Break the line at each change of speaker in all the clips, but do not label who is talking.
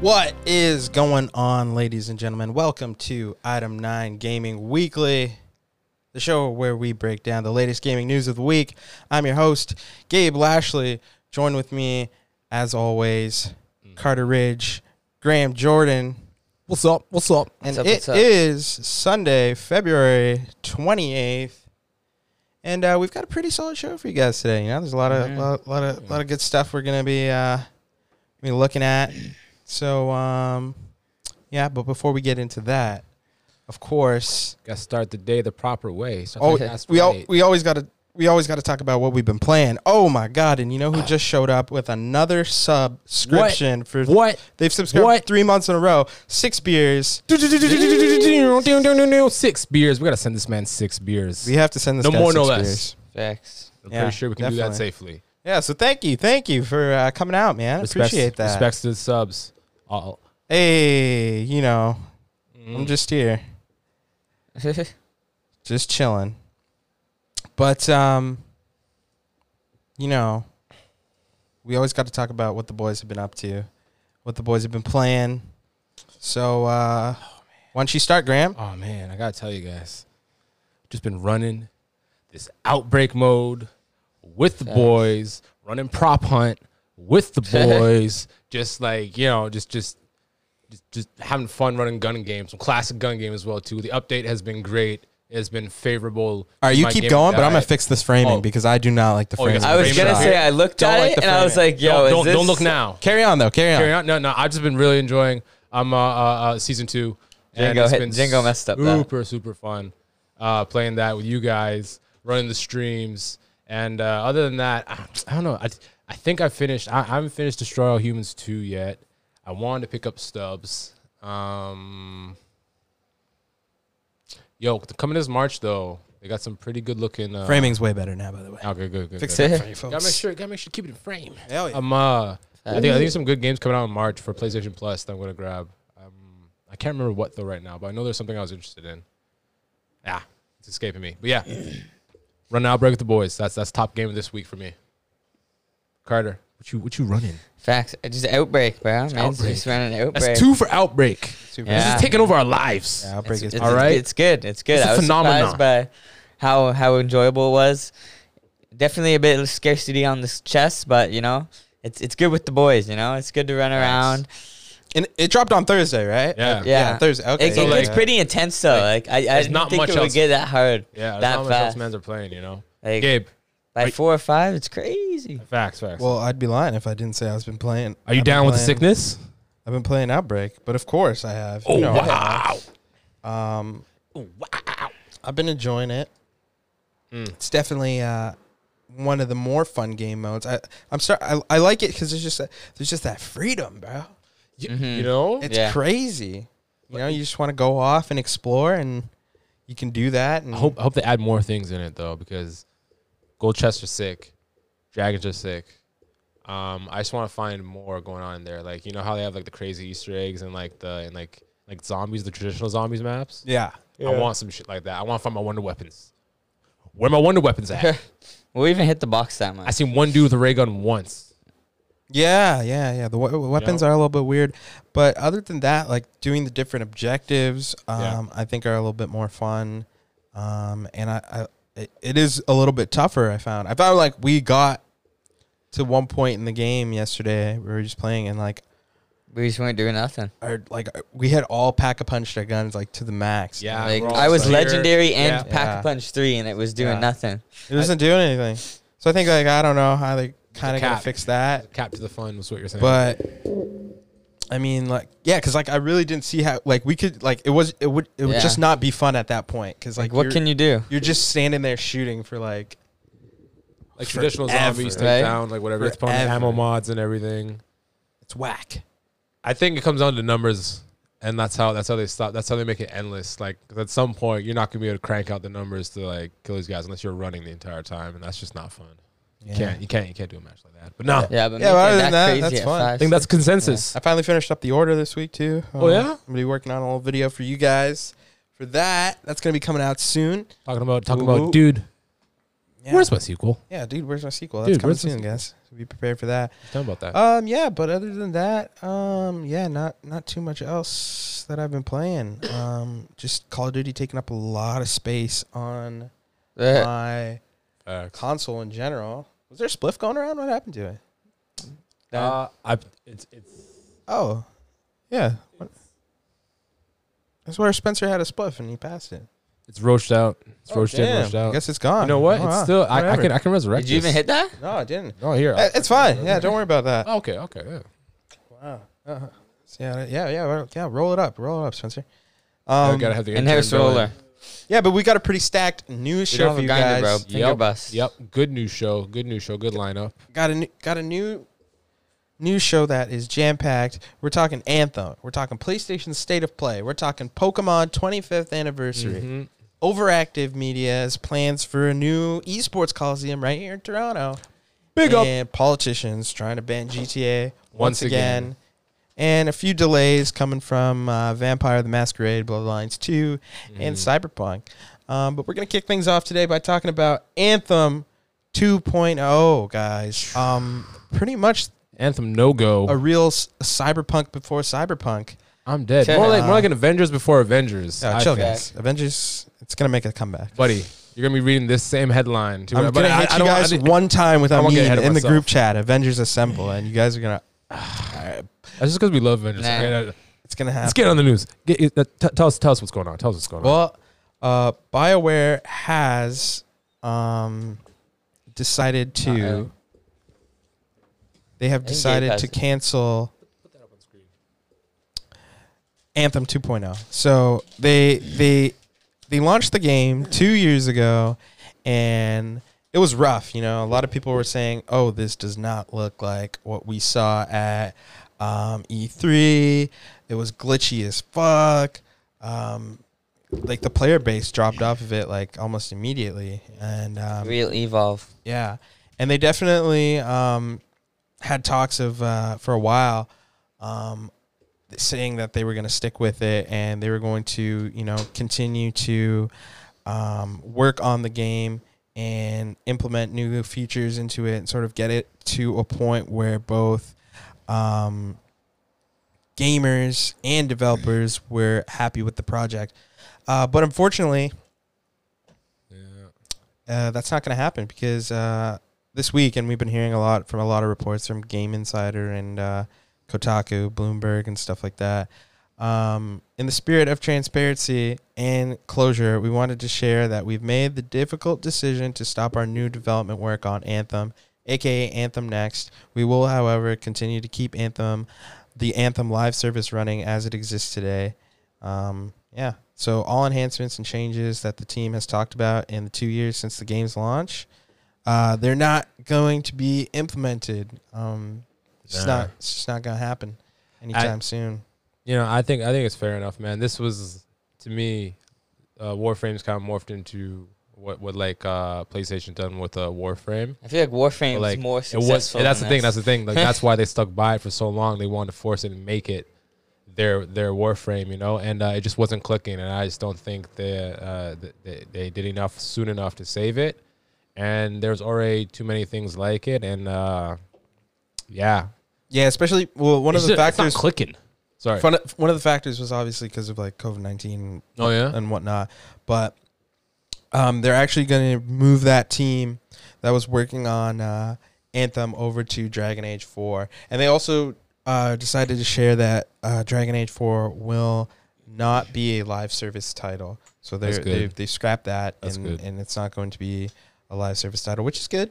What is going on, ladies and gentlemen? Welcome to Item 9 Gaming Weekly, the show where we break down the latest gaming news of the week. I'm your host, Gabe Lashley. Join with me, as always, Carter Ridge, Graham Jordan.
What's up? What's up?
And
up,
it
what's up?
is Sunday, February 28th. And uh, we've got a pretty solid show for you guys today. You know, there's a lot of lot, lot of lot of good stuff we're gonna be uh, be looking at. So um, yeah, but before we get into that, of course,
Gotta start the day the proper way. Start
oh,
the fast
we al-
way.
we always gotta we always gotta talk about what we've been playing. Oh my god! And you know who just showed up with another subscription for
What?
They've subscribed
What?
three months in a row. Six beers.
six beers. We gotta send this man six beers.
We have to send this
No
guy
more, no
six
less.
beers.
Facts.
I'm
yeah,
pretty sure we can do that
definitely.
safely.
Yeah, so thank you, thank you for uh, coming out, man.
Respects-
Appreciate that.
Respects to the subs. All,
Hey, you know,
Mm-hmm.
I'm just here, just chilling. But um, you know, we always got to talk about what the boys have been up to, what the boys have been playing. So uh, why don't you start, Graham?
oh man, I gotta tell you guys, just been running this outbreak mode with the boys, running prop hunt with the boys, just like you know, just just just, just having fun running gun games, some classic gun game as well too. The update has been great. It has been favorable.
All right,
to
you
Oh, my
keep
gaming
going, but I'm gonna
diet.
fix this framing
Oh.
because I do not like the
Oh, you
framing.
got
I was
Framing
gonna
shot.
say I looked
Don't
at
like
it
the
and I was
framing.
like, "Yo,
don't,
is
don't,
this
don't look now.
carry on though, carry on.
Carry on. No, no. I've just been really enjoying um uh, uh, uh season two. and
Django
it's
hit-
been
Django messed up that.
Super super fun, uh, playing that with you guys, running the streams, and uh, other than that, I, I don't know. I I think I finished. I, I haven't finished Destroy All Humans two yet. I wanted to pick up Stubbs. Um, yo, coming this March though, they got some pretty good looking uh,
Framing's way better now, by the way.
Okay, good, good.
Fix
good.
that for you folks.
Gotta make sure, gotta make sure, keep it in frame.
Hell yeah.
Um, uh, I think I think some good games coming out in March for PlayStation Plus that I'm gonna grab. Um, I can't remember what though right now, but I know there's something I was interested in. Ah, it's escaping me. But yeah, run out, break with the boys. That's that's top game of this week for me. Carter, what you what you running?
Facts. It's Just outbreak, bro. Man, it's
outbreak.
Just running outbreak.
That's two for outbreak. This
Yeah.
is taking over our lives.
Yeah, I'll break
It's,
his
it's,
All
it's-
right.
It's good. It's good.
It's a
I was
phenomenon.
surprised by how how enjoyable it was. Definitely a bit of scarcity on this chest, but you know, it's it's good with the boys. You know, it's good to run around.
And it dropped on Thursday, right?
Yeah.
Uh,
Yeah.
Thursday. Okay.
It,
So,
it
like-
gets pretty intense though. Like, I, I didn't
not
think
much
it would
else-
get that hard.
Yeah, that's how
that
much else
fast.
men's are playing. You know,
Like-
Gabe,
By four or five, it's crazy.
facts, facts.
well, I'd be lying if I didn't say I've been playing.
are you
I've been
down with the
playing-
sickness?
I've been playing Outbreak, but of course I have.
Oh
You know,
wow!
Um,
Wow!
I've been enjoying it.
Mm.
It's definitely uh, one of the more fun game modes. I I'm sorry, I, I like it because there's just a, there's just that freedom, bro.
You,
Mm-hmm.
you know,
It's
Yeah.
crazy. You know, you just want to go off and explore, and you can do that. And
I hope I hope they add more things in it though, because gold chests are sick, dragons are sick. Um, I just want to find more going on in there. Like you know how they have like the crazy Easter eggs and like the and like like zombies, the traditional zombies maps.
yeah,
I want some shit like that. I want to find my wonder weapons. Where my wonder weapons at?
We even hit the box that much.
I seen one dude with a ray gun once.
Yeah, yeah, yeah. The we- weapons
know?
are a little bit weird, but other than that, like doing the different objectives, um,
Yeah.
I think are a little bit more fun. Um, and I, I it, it is a little bit tougher. I found. I found like we got to one point in the game yesterday. We were just playing, and like
We just weren't doing nothing.
our like uh, we had all pack a punched our guns like to the max.
Yeah,
Like
we're all
I was
just like-
legendary and
Yeah.
Pack
Yeah.
a Punch three, and it was doing
Yeah.
nothing.
it wasn't doing anything. So I think like I don't know how they kind of gotta
cap.
fix that.
Cap to the fun was what you're saying.
but I mean, like, yeah, because like I really didn't see how like we could like it was it would it would
Yeah.
just not be fun at that point because like,
Like, what
you're,
can you do?
you're just standing there shooting for like
like traditional
forever,
zombies,
right?
take down like whatever. It's probably
Forever.
ammo mods and everything.
it's whack.
I think it comes down to numbers, and that's how that's how they stop. That's how they make it endless. Like 'cause at some point, you're not gonna be able to crank out the numbers to like kill these guys unless you're running the entire time, and that's just not fun. You can't you can't you can't do a match like that. But no,
Yeah,
Yeah,
but making
but other
it
than
that,
that,
crazy
that's
at
fun.
five,
I think that's consensus.
I finally finished up the order this week too. Um,
Oh, yeah?
I'm gonna be working on a little video for you guys for that. That's gonna be coming out soon.
Talking about talking
Ooh.
about dude.
Yeah.
Where's my sequel?
Yeah, dude, where's my sequel? That's
Dude,
coming
where's my
soon, guys. So be prepared for that.
Tell me about that.
Um, yeah, but other than that, um, yeah, not not too much else that I've been playing. Um, just Call of Duty taking up a lot of space on
Eh.
my
Uh,
console in general. Was there a spliff going around? What happened to it?
uh, I, it's, it's,
Oh, yeah. What- That's where Spencer had a spliff and he passed it.
it's roached out. It's roached in,
Oh, Damn,
roached
I
out.
guess it's gone.
You know what?
Oh,
It's
wow.
still. I, I
Whatever.
can. I can resurrect.
Did you even
this.
hit that?
No, I didn't.
Oh, here.
Eh, It's fine. Yeah, don't worry about that.
Oh, okay. Okay. Yeah.
Wow. Uh-huh. Yeah, yeah, yeah, well, yeah. Roll it up, roll it up, Spencer.
I
Um,
gotta have the
And there's
intern going.
roller.
yeah, but we got a pretty stacked news
We
show
don't have
for
a
you
grinder,
guys.
bro. Finger
Yep.
bust.
Yep. Good news show. Good news show. Good lineup.
Got a new, got a new news show that is jam packed. We're talking Anthem. We're talking PlayStation State of Play. We're talking Pokemon 25th anniversary.
Mm-hmm.
Mhm.
Overactive Media's plans for a new esports coliseum right here in Toronto.
Big up.
and politicians trying to ban GTA once,
Once
again.
again.
And a few delays coming from uh, Vampire the Masquerade, Bloodlines 2, and
Mm.
Cyberpunk. Um, but we're going to kick things off today by talking about Anthem 2.0, guys. Um, pretty much
Anthem no
a
go.
real s- Cyberpunk before Cyberpunk.
I'm dead.
Check
More
it
like more
out.
like an Avengers before Avengers.
Uh,
I
chill,
think.
guys. Avengers, it's going to make a comeback.
buddy. You're gonna be reading this same headline. To
I'm
but
going to
I-
hit
I
you
don't want-
guys
I-
one time with
I
a
won't get
meme
ahead of
in the
myself.
group chat, Avengers Assemble, and you guys are going to,
That's just because we love Avengers.
Nah.
Okay, uh,
it's going to happen.
Let's get on the news. Get, it- uh, t- tell us. Tell us what's going on. Tell us what's going on.
Well, uh, BioWare has um, decided to. They have
I think
decided
Gabe
to
has it.
cancel Anthem 2.0. So they they they launched the game two years ago, and it was rough. You know, a lot of people were saying, "Oh, this does not look like what we saw at um, E3. It was glitchy as fuck." Um, like the player base dropped off of it like almost immediately, and um,
Real evolve.
yeah, and they definitely um, had talks of uh, for a while, um, saying that they were going to stick with it and they were going to, you know, continue to um, work on the game and implement new features into it and sort of get it to a point where both um, gamers and developers were happy with the project. Uh, but unfortunately, uh, that's not going to happen because uh, this week, and we've been hearing a lot from a lot of reports from Game Insider and uh, Kotaku, Bloomberg, and stuff like that. Um, in the spirit of transparency and closure, we wanted to share that we've made the difficult decision to stop our new development work on Anthem, aka Anthem Next. We will, however, continue to keep Anthem, the Anthem live service running as it exists today. Um, yeah. So all enhancements and changes that the team has talked about in the two years since the game's launch, uh, they're not going to be implemented. Um, it's just
Nah.
not. It's just not gonna happen anytime soon.
you know, I think I think it's fair enough, man. This was to me, uh, Warframe's kind of morphed into what what like uh, PlayStation done with uh, Warframe.
I feel like Warframe
like
is more
it
successful.
was. and that's the
than
thing.
this.
That's the thing. Like that's why they stuck by it for so long. They wanted to force it and make it their their Warframe, you know. And uh, it just wasn't clicking. And I just don't think they, uh, th- they they did enough soon enough to save it. And there's already too many things like it. And uh, yeah,
Yeah, especially well, one
It's
of the
just- it's not
factors.
clicking. Sorry.
Fun, one of the factors was obviously because of like COVID nineteen
oh yeah.
and whatnot. But um, they're actually going to move that team that was working on uh, Anthem over to Dragon Age 4. And they also uh, decided to share that uh, Dragon Age 4 will not be a live service title. So they're,
That's good.
they've, they scrapped that,
That's
and,
good.
and it's not going to be a live service title, which is good.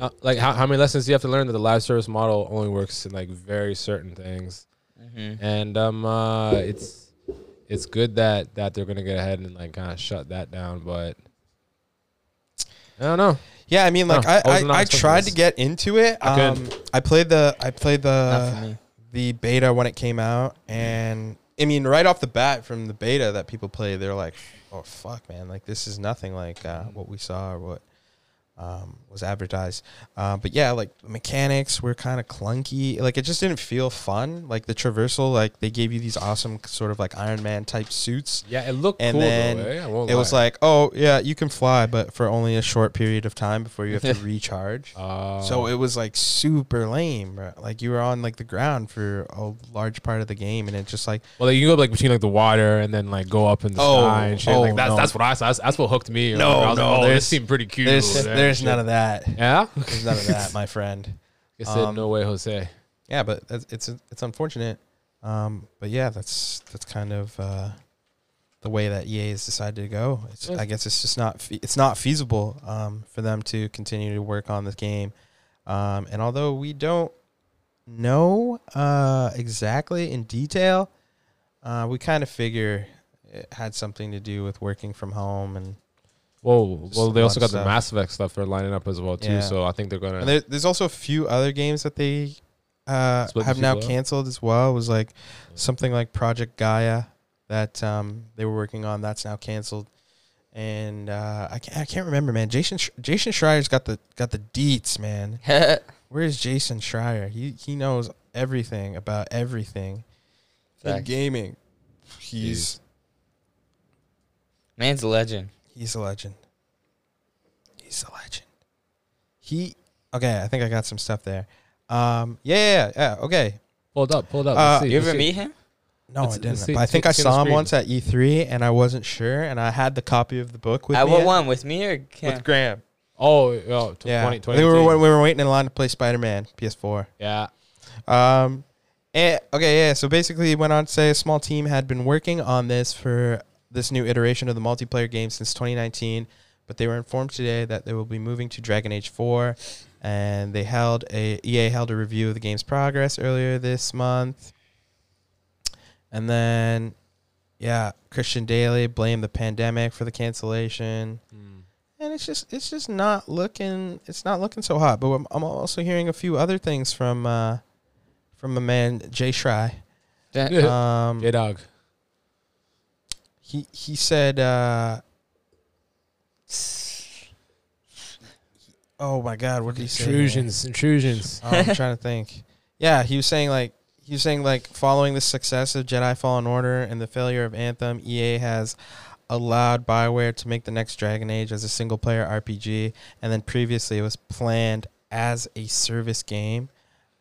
Uh, like how, how many lessons do you have to learn that the live service model only works in like very certain things
Mhm.
and um uh it's it's good that that they're gonna get ahead and like kind of shut that down but i don't know
Yeah, I mean, like
No,
I,
I was
I,
not
I
expecting
tried
this.
to get into it.
I
Um, I played the I played
Not for
the
me.
the beta when it came out, and I mean, right off the bat from the beta
Mm-hmm.
that people play, they're like, "Oh fuck, man! Like this is nothing like uh, what we saw or what um, was advertised. Uh, but yeah, like the mechanics were kind of clunky. Like it just didn't feel fun. Like the traversal, like they gave you these awesome sort of like Iron Man type suits.
Yeah, it looked
And
cool
then
though. eh? I won't
It was
lie.
like, oh yeah, you can fly, but for only a short period of time before you have to recharge.
Uh,
So it was like super lame. bro. Like you were on like the ground for a large part of the game, and it just like
well, like, you can go like between like the water and then like go up in the
Oh,
sky and shit.
oh,
like that's
no.
that's what I saw. That's, that's what hooked me.
No,
I was
no,
like, oh,
there's-
this seemed pretty cute.
there's
eh,
there's
shit.
none of that.
Yeah,
There's none of that, my friend.
I said
Um,
no way, Jose.
Yeah, but that's- it's it's unfortunate. Um, but yeah, that's that's kind of uh, the way that EA has decided to go. It's,
Yeah.
I guess it's just not fe- it's not feasible um, for them to continue to work on this game. Um, and although we don't know uh, exactly in detail, uh, we kind of figure it had something to do with working from home and
Whoa,
Just
well, they
a lot
also
of
got the
stuff.
Mass Effect stuff they're lining up as well too.
Yeah.
So I think they're gonna.
And there, there's also a few other games that they uh,
Split
have
the
now
sequel up.
canceled as well. It was like something like Project Gaia that um, they were working on that's now canceled. And uh, I, can't, I can't remember, man. Jason Sch- Jason Schreier's got the got the deets, man.
I
Where's Jason Schreier? He he knows everything about everything in
Facts.
gaming. He's
Man's a legend.
he's a legend. He's a legend. He okay. I think I got some stuff there. Um, yeah, yeah, yeah. Okay,
Pulled up, pulled up.
Uh,
let's see,
You
let's see.
ever meet him?
No, I
Let's- let's
didn't.
see-
but I
let's
think
see-
I
see the
saw him
screen.
once at E3, and I wasn't sure, and I had the copy of the book with
I
me
want one with me or
with
Cam?
Graham.
Oh, oh tw-
Yeah,
20,
I think we were
2018.
we were waiting in line to play Spider Man PS4.
yeah.
Um, eh, okay, yeah. So basically, it went on to say a small team had been working on this for this new iteration of the multiplayer game since 2019, but they were informed today that they will be moving to Dragon Age 4, and they held a EA held a review of the game's progress earlier this month, and then. Yeah, Christian Daly blamed the pandemic for the cancellation
Mm.
and it's just it's just not looking it's not looking so hot. But I'm, I'm also hearing a few other things from uh, from a man Jay Shry.
Dun-
Um,
J Dog.
he he said, uh, "Oh my God, what did he say?"
Intrusions, intrusions.
Oh, I'm trying to think. Yeah, he was saying like he was saying like following the success of Jedi Fallen Order and the failure of Anthem, EA has allowed Bioware to make the next Dragon Age as a single player RPG, and then previously it was planned as a service game.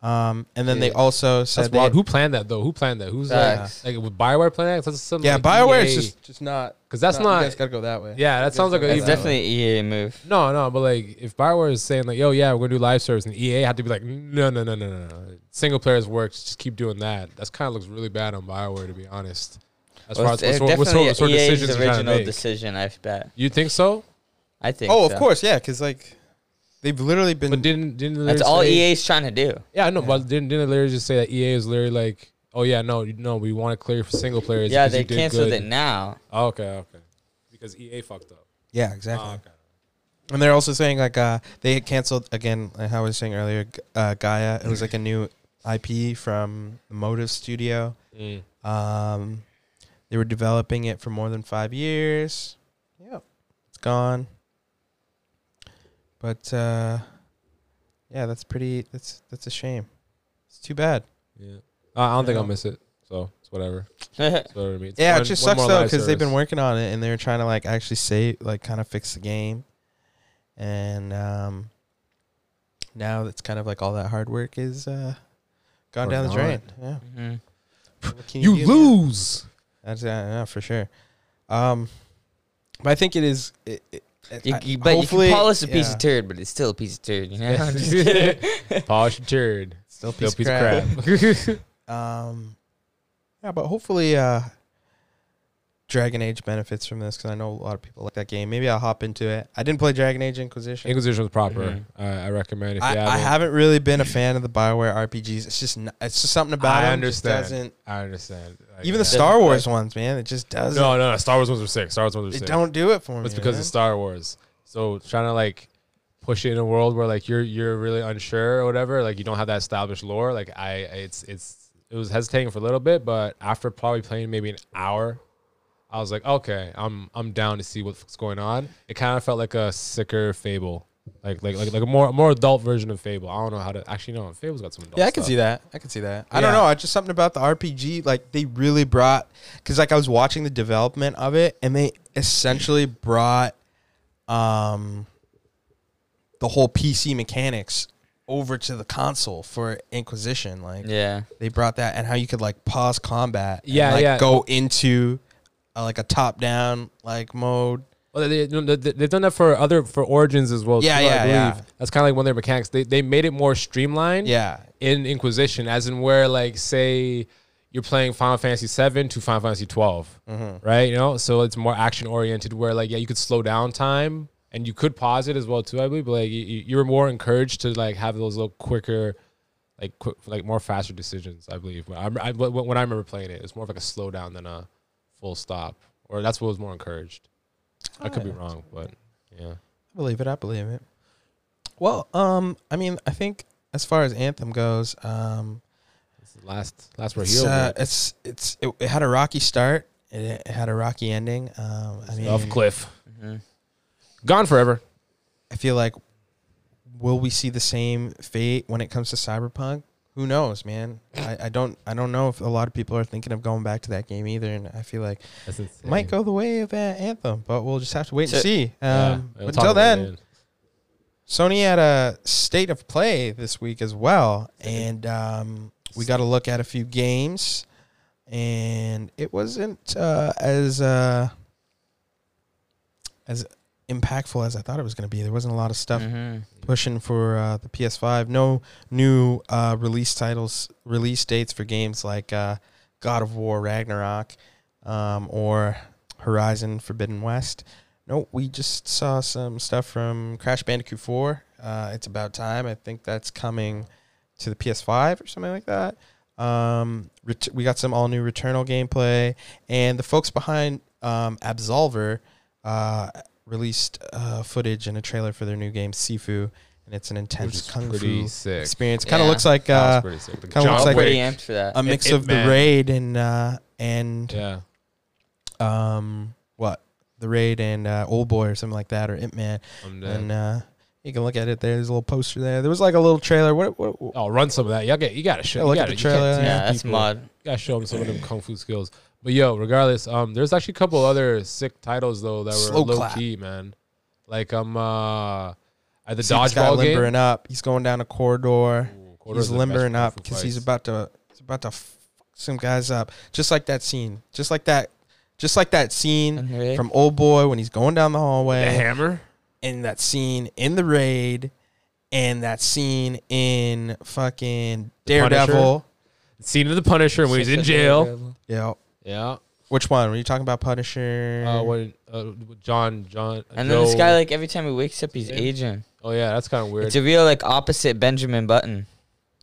Um, and then they
Yeah.
also
That's
said
wild.
they,
Who planned that though? Who planned that? Who's
Facts.
like, like with Bioware planned that? That's something
yeah,
like
Bioware is
EA.
just just not
because that's
you
not.
guys gotta go that way.
yeah,
you
that
guys
sounds like
gotta
a
go
That's
that
even-
way.
definitely EA move.
No, no, but like if Bioware is saying like, "Yo, yeah, we're gonna do live service," and EA had to be like, "No, no, no, no, no, no, single players works. Just keep doing that." That's kind of looks really bad on Bioware, to be honest. As
Well,
far
it's E
as
it's
what sort, what sort, what sort of
EA's
decisions they're trying to
original
make.
decision, I bet.
you think so?
I think.
Oh, of
so.
course, yeah, because like they've literally been
But didn't didn't
Mm. That's
Larry
all E
say-
EA's trying to do.
Yeah, I know, but didn't didn't Larry just say that EA is literally like, "Oh yeah, no, you- no, we want to clear for single players."
yeah,
because you
they
did
canceled
good."
it now.
Oh, okay, okay, because EA fucked up.
yeah exactly.
Oh, okay.
And they're also saying like uh, they had canceled again. Like how I was saying earlier, G- uh, Gaia. It was like a new IP from the Motive Studio.
Mm.
Um, they were developing it for more than five years. Yep, it's gone. But uh, yeah, that's pretty. That's that's a shame. It's too bad.
Yeah, I I don't think
Yeah.
I'll miss it. So it's whatever. It's whatever to me. It's
yeah,
one-
it just
one
sucks
more
though
live
because they've
service.
been working on it and they were trying to like actually save, like, kind of fix the game, and um, now it's kind of like all that hard work is uh, gone
Or
down the
not.
drain. Yeah,
Mhm.
What can do,
You
man?
lose.
That's uh, yeah, for sure. Um, but I think it is. It, it, it-
You,
I-
you- but you
hopefully-
can call us a piece
yeah,
of turd, but it's still a piece of turd, you know? I'm just kidding.
Polish and turd.
Still a
Still
piece,
a piece of crap.
Um, yeah, but hopefully, uh, Dragon Age benefits from this because I know a lot of people like that game. Maybe I'll hop into it. I didn't play Dragon Age Inquisition.
Inquisition was proper. Uh,
Mhm.
I, I recommend if you
Mm-hmm. I,
haven't.
I haven't really been a fan of the Bioware RPGs. It's just n it's just something about
I
them
understand.
Just doesn't
I understand. Like,
even
yeah.
the Star
Doesn't
Wars ones, man. It just doesn't.
No, no, no. Star Wars ones were sick. Star Wars ones were
they
sick.
don't do it for me.
It's because
man.
it's Star Wars. So trying to like push it in a world where like you're you're really unsure or whatever. Like you don't have that established lore. Like I, it's it's it was hesitating for a little bit, but after probably playing maybe an hour, I was like, okay, I'm I'm down to see what's going on. It kind of felt like a sicker Fable. Like like like like a more more adult version of Fable. I don't know how to actually no. Fable's got some adult.
Yeah, I can
stuff.
see that. I can see that. I don't
Yeah.
know. I just something about the RPG. Like they really brought because like I was watching the development of it, and they essentially brought um the whole PC mechanics over to the console for Inquisition. Like
Yeah.
they brought that and how you could like pause combat. and,
Yeah,
like,
yeah.
Go into uh, like a top down like mode.
Well, they, they, they- they've done that for other for Origins as well.
Yeah,
too,
yeah,
I believe.
yeah.
That's kind of like one of their mechanics. They they made it more streamlined.
Yeah,
in Inquisition, as in where like say you're playing Final Fantasy VII to Final Fantasy 12
Mm-hmm.
right? You know, so it's more action oriented. Where like yeah, you could slow down time and you could pause it as well too. I believe, but like you, you were more encouraged to like have those little quicker. Like quick, like more faster decisions, I believe. But I, I, when when I remember playing it, it's more of like a slowdown than a full stop, or that's what was more encouraged. I could be wrong, but yeah.
I believe it. I believe it. Well, um, I mean, I think as far as Anthem goes, um,
This is last last we're
it's,
here.
uh, it's it's it, it had a rocky start. It, it had a rocky ending. Um, I mean,
off cliff,
Mhm.
gone forever.
I feel like will we see the same fate when it comes to Cyberpunk? Who knows, man? I, I don't I don't know if a lot of people are thinking of going back to that game either, and I feel like
That's
it might go the way of uh, Anthem, but we'll just have to wait
So-
and see. Um,
Yeah,
but
we'll talk
until
about it
then, Sony had a state of play this week as well, and um, we got to look at a few games, and it wasn't uh, as uh, as impactful as I thought it was going to be. There wasn't a lot of stuff
Mhm.
pushing for uh, the PS5. No new uh, release titles, release dates for games like uh, God of War Ragnarok um, or Horizon Forbidden West. No, we just saw some stuff from Crash Bandicoot 4. Uh, it's about time. I think that's coming to the PS5 or something like that. Um, ret- we got some all new Returnal gameplay, and the folks behind um, Absolver uh, released uh, footage and a trailer for their new game Sifu, and it's an
Which
intense
is
kung
pretty
fu
sick.
experience. Kind of
Yeah.
looks like
That was
uh,
pretty sick. The
kinda looks
John
like-
Wick.
pretty amped for that.
a mix
It- it
of the
man.
raid and uh, and
yeah.
um, what the raid and uh, Old Boy or something like that, or Ip Man.
I'm
And
dead.
uh, you can look at it. there. There's a little poster there. There was like a little trailer. What? what, what
Oh, run some of that. You got you got to show.
Yeah, look
you
at
gotta,
the
you can't
trailer.
teach
yeah, that's
people.
mod.
You got to show them some of them kung fu skills. But yo, regardless, um, there's actually a couple other sick titles though that were
Slow
low
clap.
key, man. Like um, uh, at the
See this guy
dodgeball game.
limbering up. He's going down a corridor.
Ooh,
he's
Kodo's the best
limbering
kung
up
fu
because he's
fights.
about to he's about to fuck some guys up. Just like that scene. Just like that. Just like that scene
Mhm.
from Old Boy when he's going down the hallway,
the hammer.
and that scene in the raid, and that scene in fucking
Punisher?
Daredevil.
Scene of the Punisher when he's in jail.
Yeah.
Yeah.
Which one? Were you talking about Punisher?
Uh, when uh, John John.
And then this guy,
Joe-
like every time he wakes up, he's
Yeah.
aging.
Oh yeah, that's kind of weird.
It's a real like opposite Benjamin Button.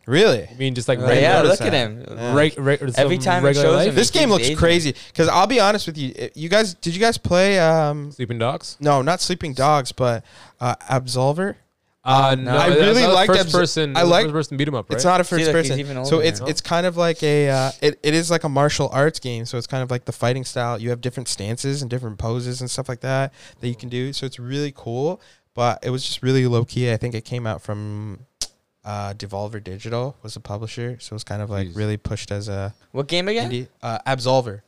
really?
I mean, just like
Yeah,
regular,
Uh, yeah,
notice
look at
that.
him.
Yeah.
reg- reg-
Every
some
time it
regular
shows
life.
him,
This
He
game
keeps
looks
aging.
crazy. Because I'll be honest with you, eh, you guys, did you guys play um,
Sleeping Dogs.
No, not Sleeping Dogs, but uh, Absolver.
Uh, no,
I
that's-
really
that's
liked
first
Abs-
person.
I
that's
like-
first person beat 'em up. Right?
It's not a first
look, he's
person,
even
so
older
it's
now.
it's kind of like a uh, it, it is like a martial arts game. So it's kind of like the fighting style. You have different stances and different poses and stuff like that that you can do. So it's really cool, but it was just really low key. I think it came out from uh, Devolver Digital was the publisher, so it was kind of like
Jeez.
really pushed as a
What game again?
indie uh, Absolver.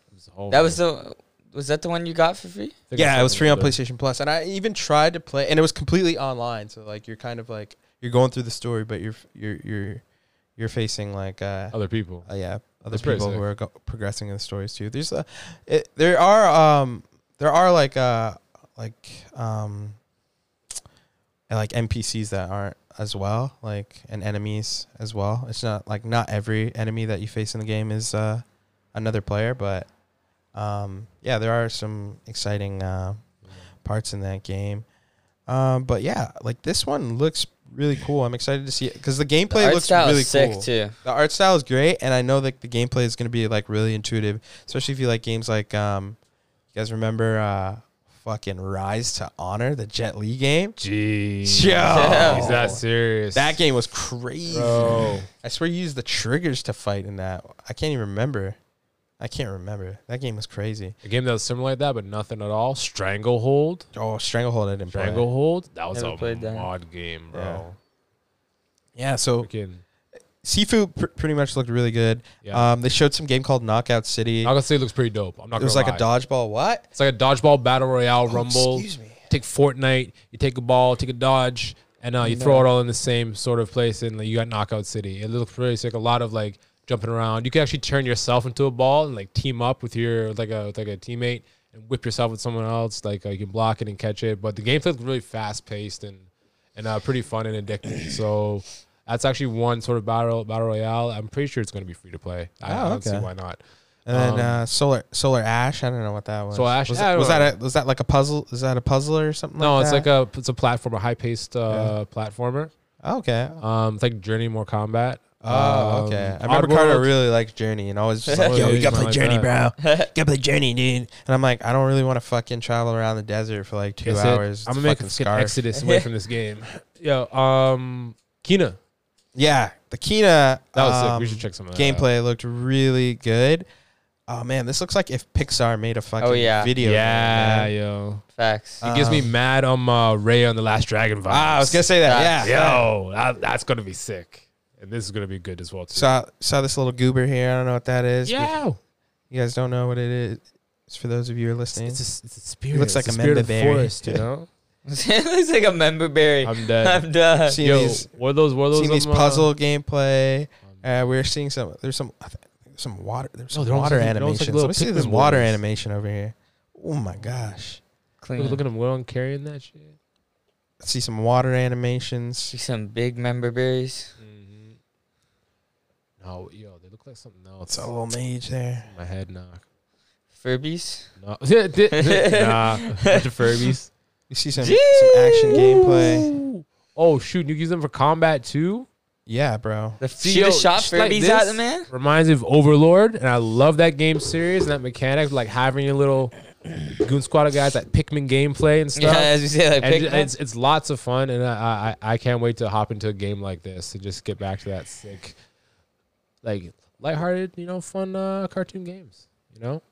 That was the was that the one you got for free?
Yeah, it was free on PlayStation Plus, and I even tried to play, and it was completely online. So like, you're kind of like you're going through the story, but you're you're you're you're facing like uh,
Other people.
uh, yeah other
That's pretty
people
sick.
who are go- progressing in the stories too. There's uh, it, there are um there are like uh like um and, like NPCs that aren't as well like and enemies as well. It's not like not every enemy that you face in the game is uh another player, but um yeah, there are some exciting uh, parts in that game. Um, but yeah, like this one looks really cool. I'm excited to see it because the
The
gameplay
art
looks
style
really
is sick
cool.
too.
The art style is great, and I know that the gameplay is going to be like really intuitive, especially if you like games like um, you guys remember uh, fucking Rise to Honor, the Jet Li game.
Jeez.
Yo.
He's not serious.
That game was crazy.
Bro.
I swear you used the triggers to fight in that. I can't even remember. I can't remember. That game was crazy.
A game that was similar like that, but nothing at all. Stranglehold.
Oh, Stranglehold! I didn't play.
Stranglehold. That was
Never
a
played that.
mod game, bro.
Yeah. So
Freaking
Sifu pr- pretty much looked really good.
Yeah.
Um, they showed some game called Knockout City.
Knockout City looks pretty dope. I'm not.
it was
gonna
like a
lie.
dodgeball. What?
It's like a dodgeball battle royale rumble.
Excuse me.
Take Fortnite. You take a ball, take a dodge, and uh, you throw it all in the same sort of place, and like, you got Knockout City. It looks pretty sick. A lot of like jumping around. You can actually turn yourself into a ball and like team up with your with, like a with, like a teammate and whip yourself with someone else. Like uh, you can block it and catch it. But the gameplay looks really fast paced and and uh, pretty fun and addicting. so. That's actually one sort of battle battle royale. I'm pretty sure it's going to be free to play. I, I
Oh,
don't see
okay.
why not.
And then uh, Solar Solar Ash. I don't know what that was.
Solar Um, Ash,
was,
I
that,
don't
was
know.
that a, was that like a puzzle? Is that a puzzler or something?
No,
like
it's
that?
like a it's a platformer, high paced uh, platformer.
Oh, okay.
Um, it's like Journey More Combat.
Oh,
Um,
okay. I remember Carter really liked Journey and always just like,
Oh,
yo,
yeah,
you gotta play
he's not
Journey,
like
bro. You gotta play Journey, dude. And I'm like, I don't really want to fucking travel around the desert for like two
That's it.
hours.
I'm
It's
gonna make a
fucking
fucking
scarf.
exodus away from this game. Yeah. Um, Kina.
Yeah, the Kina
That was sick.
um,
We should check some of that out.
gameplay looked really good. Oh man, this looks like if Pixar made a fucking
yeah.
video. game,
Yeah,
man.
yo.
Facts.
Uh,
It gives me mad um uh, Ray on the Last Dragon vibes.
Ah, I was gonna say that.
Facts.
Yeah.
Yo, that, that's gonna be sick, and this is gonna be good as well too.
Saw saw this little goober here. I don't know what that is.
yeah.
You guys don't know what it is. It's for those of you who are listening.
It's a, it's a spirit.
He looks
It's
like a
spirit of the
member berry.
forest, you know.
it looks like a member berry. I'm,
I'm dead.
done.
See- Seeing
Yo,
these-
what are those? What are those?
seeing these
um, uh,
puzzle gameplay. Uh, we're seeing some. There's some. I think some water. There's some
No, they're almost
water
like- they're almost like
animations.
little
Let me see
Pikmin
this water
balloons.
animation over here. Oh my gosh!
Clean.
Look, look at him. What I'm carrying that shit.
Let's see some water animations.
See some big member berries.
Mm-hmm. No, yo, they look like something else.
It's a little mage there.
My head knock.
Furbies.
No, nah, bunch of Furbies.
You see some, some action gameplay.
Ooh. Oh shoot, you use them for combat too.
Yeah, bro.
The
See,
shoot
yo,
the shot
shit like
Furbies out
this.
the man.
Reminds me of Overlord, and I love that game series and that mechanic, like having your little Goon Squad guys, that Pikmin gameplay and
Yeah,
stuff.
as you say, like
and
pick
ju- it's it's lots of fun, and I, I I can't wait to hop into a game like this and just get back to that sick, like lighthearted, you know, fun uh, cartoon games. You know,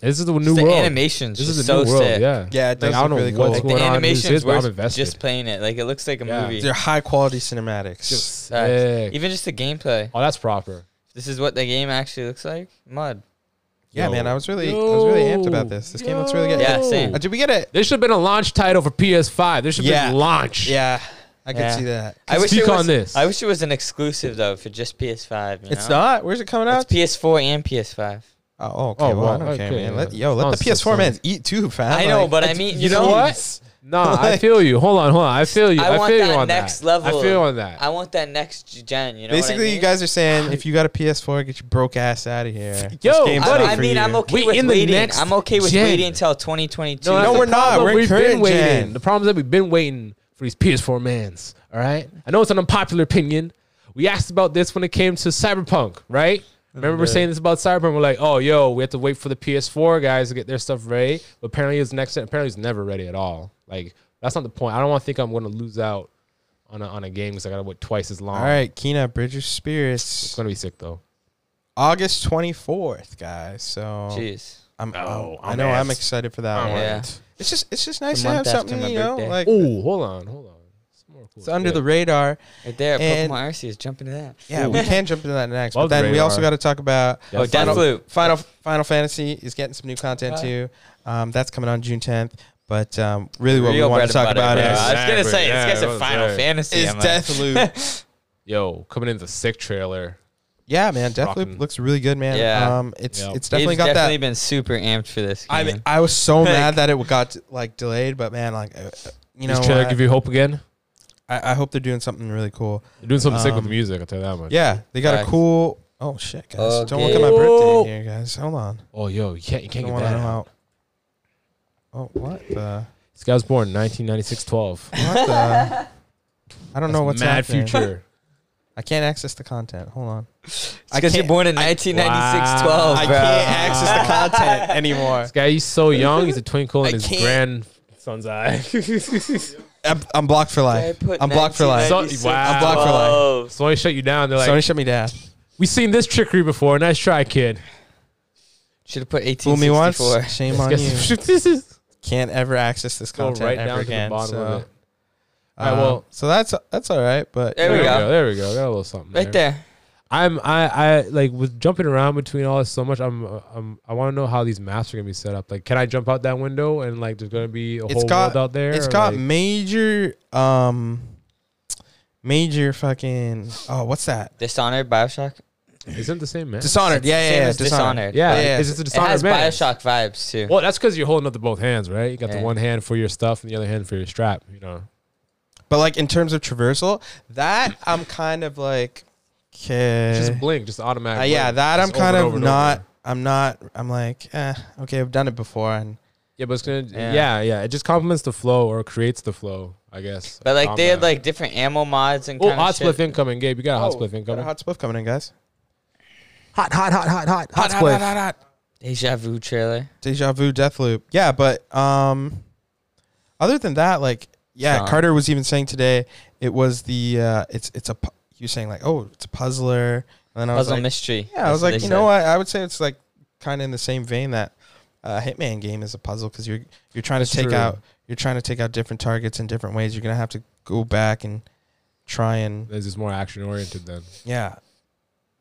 this is the new
the
world.
animations.
This
just
is the
so
new world.
sick.
Yeah,
Yeah, it
Like,
does
I
look
don't know
really cool.
what's
Like
going
the
on in these
animations
kids, but
worth
I'm invested.
just playing it. Like it looks like a
Yeah.
movie.
They're high quality cinematics.
Just
Facts.
sick.
Even just the gameplay.
oh, that's proper.
This is what the game actually looks like. Mud.
yeah,
Yo.
man, I was really I was really amped about this. This game looks really good.
Yeah, same.
Uh, did we get it?
This should have been a launch title for PS5. This should have
Yeah.
been launch.
Yeah, I could
Yeah.
see that.
I wish
Speak
it was,
on this.
I wish it was an exclusive though for just PS5. You
It's
know?
not. Where's it coming out?
It's PS4 and PS5.
Oh, oh, okay.
Oh,
well,
well,
I don't care,
okay,
man.
yeah.
Let, yo, let
Sounds
the
so
PS4
silly.
man eat too, fam.
I know,
Like,
but I mean,
You know what? Nah, I feel you. Hold on, hold on. I feel you.
I
I,
want
feel you
that
on
next
that.
level.
I feel on that.
I want that next gen. You know. what I
basically, you
mean?
guys are saying if you got a PS4, get your broke ass out of here.
Yo,
This game's not
buddy.
I, I
for
mean,
you.
I'm okay
We
with
in the
waiting.
next
I'm okay with
gen.
waiting until 2022.
No,
that's
we're
the
not.
problem.
We're
We've been
current
waiting.
gen.
The problem is that we've been waiting for these PS4 mans. All right. I know it's an unpopular opinion. We asked about this when it came to Cyberpunk, right? Remember we're saying this about Cyberpunk? We're like, oh, yo, we have to wait for the PS4 guys to get their stuff ready. But apparently, it's next. Apparently, it's never ready at all. Like that's not the point. I don't want to think I'm going to lose out on a, on a game because I got to wait twice as long.
All right, Kina Bridger
It's
Spirits,
gonna be sick though.
August 24th, guys. So
Jeez.
I'm,
Oh,
i
I'm
know I'm
ass.
excited for that one.
Yeah.
It's just it's just nice
a
to have
month after
something
my
you know
birthday.
like
Oh, hold on, hold on. Some more cool
it's under
shit.
the radar.
Right there,
And-
Pokemon Arceus. Jump into that.
Yeah, we can jump into that next. But
Love
then we
radar.
also got to talk about
Yeah,
oh,
Final-
Deathloop.
Final Final Fantasy is getting some new content
Right.
too. Um, that's coming on June 10th. But um, really, what
Real
we want
bread
to talk
and butter,
about
bro.
is,
Yeah,
I was gonna say
exactly.
it's
Yeah,
got
that
some
was
Final
right.
Fantasy.
is
I'm like-
Deathloop.
yo coming in the sick trailer.
yeah, man, Deathloop
Rockin'.
looks really good, man.
Yeah.
Um, it's
Yep.
it's definitely
Dave's
got
definitely
that.
been super amped for this.
I
game.
mean, I was so
Like-
mad that it got like delayed, but man, like uh, you know,
Does trailer
what?
give you hope again?
I, I hope they're doing something really cool.
They're doing something sick with
Um,
music. I'll tell you that much.
Yeah, they got
Facts.
a cool. Oh shit, guys! Don't look at my
Okay. Whoa.
birthday in here, guys. Hold on.
Oh, yo, you can't, you
Don't
can't get
want to
that
know
out.
out. Oh, what the?
This guy was born 1996 12. I
What the? I don't know what's
Mad
happening.
future.
I can't access the content. Hold on. I
because you're
can't-
born in 1996, 12,
Wow.
I
bro.
can't access the content anymore.
This guy, he's so young. He's a twinkle in
I
his
can't.
grandson's eye.
I'm, I'm blocked for life.
I put
I'm blocked for life.
So-
1996,
wow.
I'm blocked for life.
Oh,
Sony shut you down. They're like,
Sony shut me down.
We seen this trickery before. Nice try, kid.
Should have put
Fool me once,
1864.
shame on you.
this is
Can't ever access this
go
content
right
ever
down to the
again.
bottom
so,
of it.
uh,
Alright, well-
so that's that's all right, but
There we go.
There we go. Got a little something.
Right there.
I'm I I like with jumping around between all this so much. I'm uh, I'm I want to know how these maps are gonna be set up. Like, can I jump out that window and like there's gonna be a
It's
whole
got-
world out there?
It's
or,
got
like-
major, um, major fucking. Oh, what's that?
Dishonored, Bioshock.
is it the same map?
Dishonored. Yeah, yeah,
Same
yeah.
as
Dishonored.
Dishonored.
yeah,
Yeah, yeah.
It's just a
It
dishonored
has
map.
Bioshock vibes too.
Well, that's because you're holding up the both hands, right? You got the
Yeah.
one hand for your stuff and the other hand for your strap. You know.
But like in terms of traversal, that I'm kind of like,
It's
okay.
just blink, just automatic.
Uh, yeah,
blink.
that I'm
Just over
kind
and over
of
and
not.
over.
I'm not. I'm like, eh, okay. I've done it before, and
Yeah, but it's gonna. Yeah.
Yeah.
yeah, It just complements the flow or creates the flow, I guess.
but like they had
Combat.
like different ammo mods and
oh,
kind
hot
of
spliff
shit.
incoming, Gabe. You got a hot
Oh,
spliff
got a
incoming.
hot spliff coming in, guys.
Hot, hot, hot, hot, hot,
Hot, hot, hot, hot, hot.
Deja vu trailer.
Deja vu, death loop. Yeah, but um, other than that, like, yeah,
Huh.
Carter was even saying today it was the uh, it's it's a pu- he was saying like, oh, it's a puzzler, and then I was
Puzzle
like,
mystery.
Yeah, I was
That's what
like, you
they
know
said.
what? I would say it's like kind of in the same vein that uh, Hitman game is a puzzle because you're you're trying
That's
to take
true.
out you're trying to take out different targets in different ways. You're gonna have to go back and try and
This is more action oriented then.
yeah.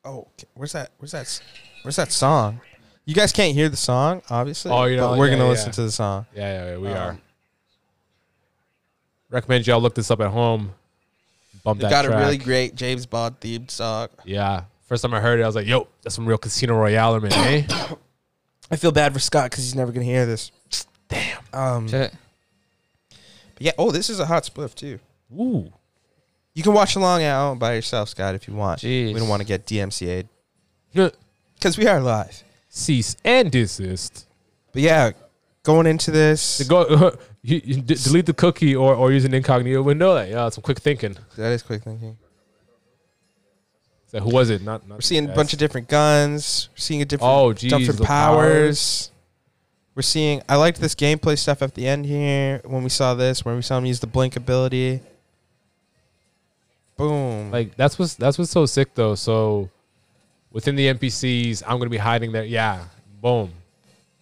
Oh, okay. where's that? Where's that? s- Where's that song? You guys can't hear the song, obviously.
Oh, you know,
but we're
yeah,
gonna
yeah,
listen
yeah.
to the song.
Yeah, yeah, yeah we
Um,
are. Recommend y'all look this up at home. Bump
They
that
got
track.
a really great James Bond themed song.
yeah. First time I heard it, I was like, "Yo, that's some real Casino Royale, man." eh?
I feel bad for Scott because he's never gonna hear this. Damn. Um.
Shit.
but yeah. Oh, this is a hot spliff too.
Ooh,
You can watch along at home by yourself, Scott, if you want.
Jeez.
We don't want to get DMCA'd because we are live.
cease and desist.
But yeah, going into this,
To go, you, you d- delete the cookie or, or use an incognito window. Like, yeah, some quick thinking.
that is quick thinking.
So who was it? Not, not
We're seeing a bunch of different guns. We're seeing a different
Oh, geez,
different
the
powers.
powers.
We're seeing. I liked this gameplay stuff at the end here when we saw this, when we saw him use the blink ability. Boom!
like that's what's that's what's so sick though. So within the NPCs, I'm gonna be hiding there. Yeah, boom,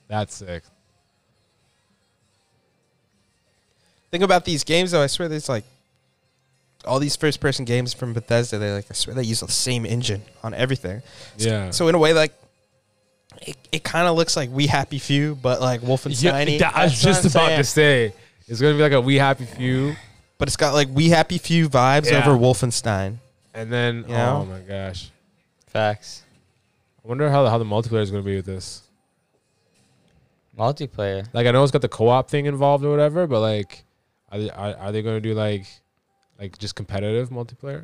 that's sick.
think about these games though. I swear, there's like all these first-person games from Bethesda. They like I swear they use the same engine on everything. So-
Yeah.
So in a way, like it, it kind of looks like We Happy Few, but like Wolfenstein.
Yeah, I was
That's what
just
I'm
about to say it's gonna be like a We Happy Few,
but it's got like We Happy Few vibes
Yeah.
over Wolfenstein.
and then
You know?
oh my gosh,
Facts.
I wonder how how the multiplayer is gonna be with this.
Multiplayer.
Like I know it's got the co-op thing involved or whatever, but like, are they, are, are they gonna do like like just competitive multiplayer?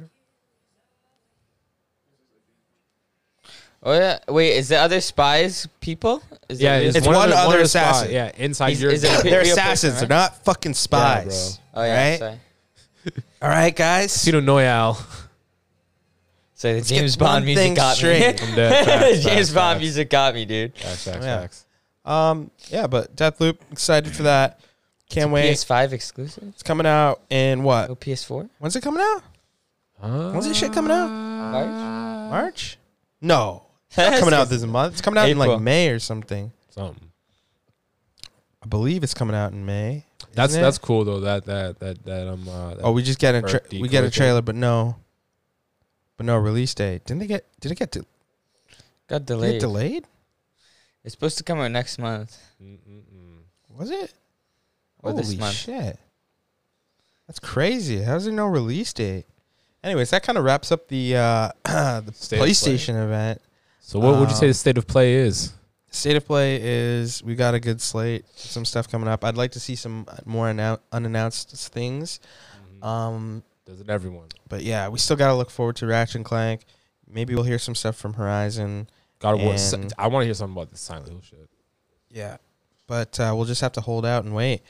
Oh yeah. Wait, is the other spies people? Is
Yeah,
it
It's one
of the-
other
of the spy-
assassin.
Yeah, inside
Is-
your
is it-
They're
real person,
assassins.
right?
They're not fucking spies.
oh yeah.
Right?
Sorry.
All right, guys.
Casino Royale.
So the
get
James
one
Bond
thing
music got
straight.
I'm
me.
dead. Facts, facts,
James Bond
facts.
music got me, dude.
Facts, facts,
Yeah.
facts.
Um, yeah, but Deathloop, excited for that. Can't wait.
PS5 exclusive?
it's coming out in what?
No PS4?
When's it coming out?
When's
this shit coming out?
March.
March? No, Uh, it's not coming out this month. It's coming out in like
April.
May or something.
Something.
I believe it's coming out in May. isn't
That's
it?
that's cool though. That that that that um. Uh, that
Oh, we just get a tra-
Or
we get
decoy
a
thing.
trailer, but no, but no release date. Didn't they get? Did it get, de- did it
Got delayed.
get delayed?
it's supposed to come out next month.
Mm-mm-mm.
Was it?
Or
Holy
this month.
shit! That's crazy. How's there no release date? Anyways, that kind of wraps up the uh, the
State of play.
PlayStation event.
So what
Uh,
would you say the state of play is?
State of play is we got a good slate, some stuff coming up. I'd like to see some uh, more annou- unannounced things. Um,
Doesn't everyone?
but yeah, we still got to look forward to Ratchet and Clank. Maybe we'll hear some stuff from Horizon.
God, what? si-
And-
I want to hear something about this Silent Hill shit.
Yeah, but uh, we'll just have to hold out and wait.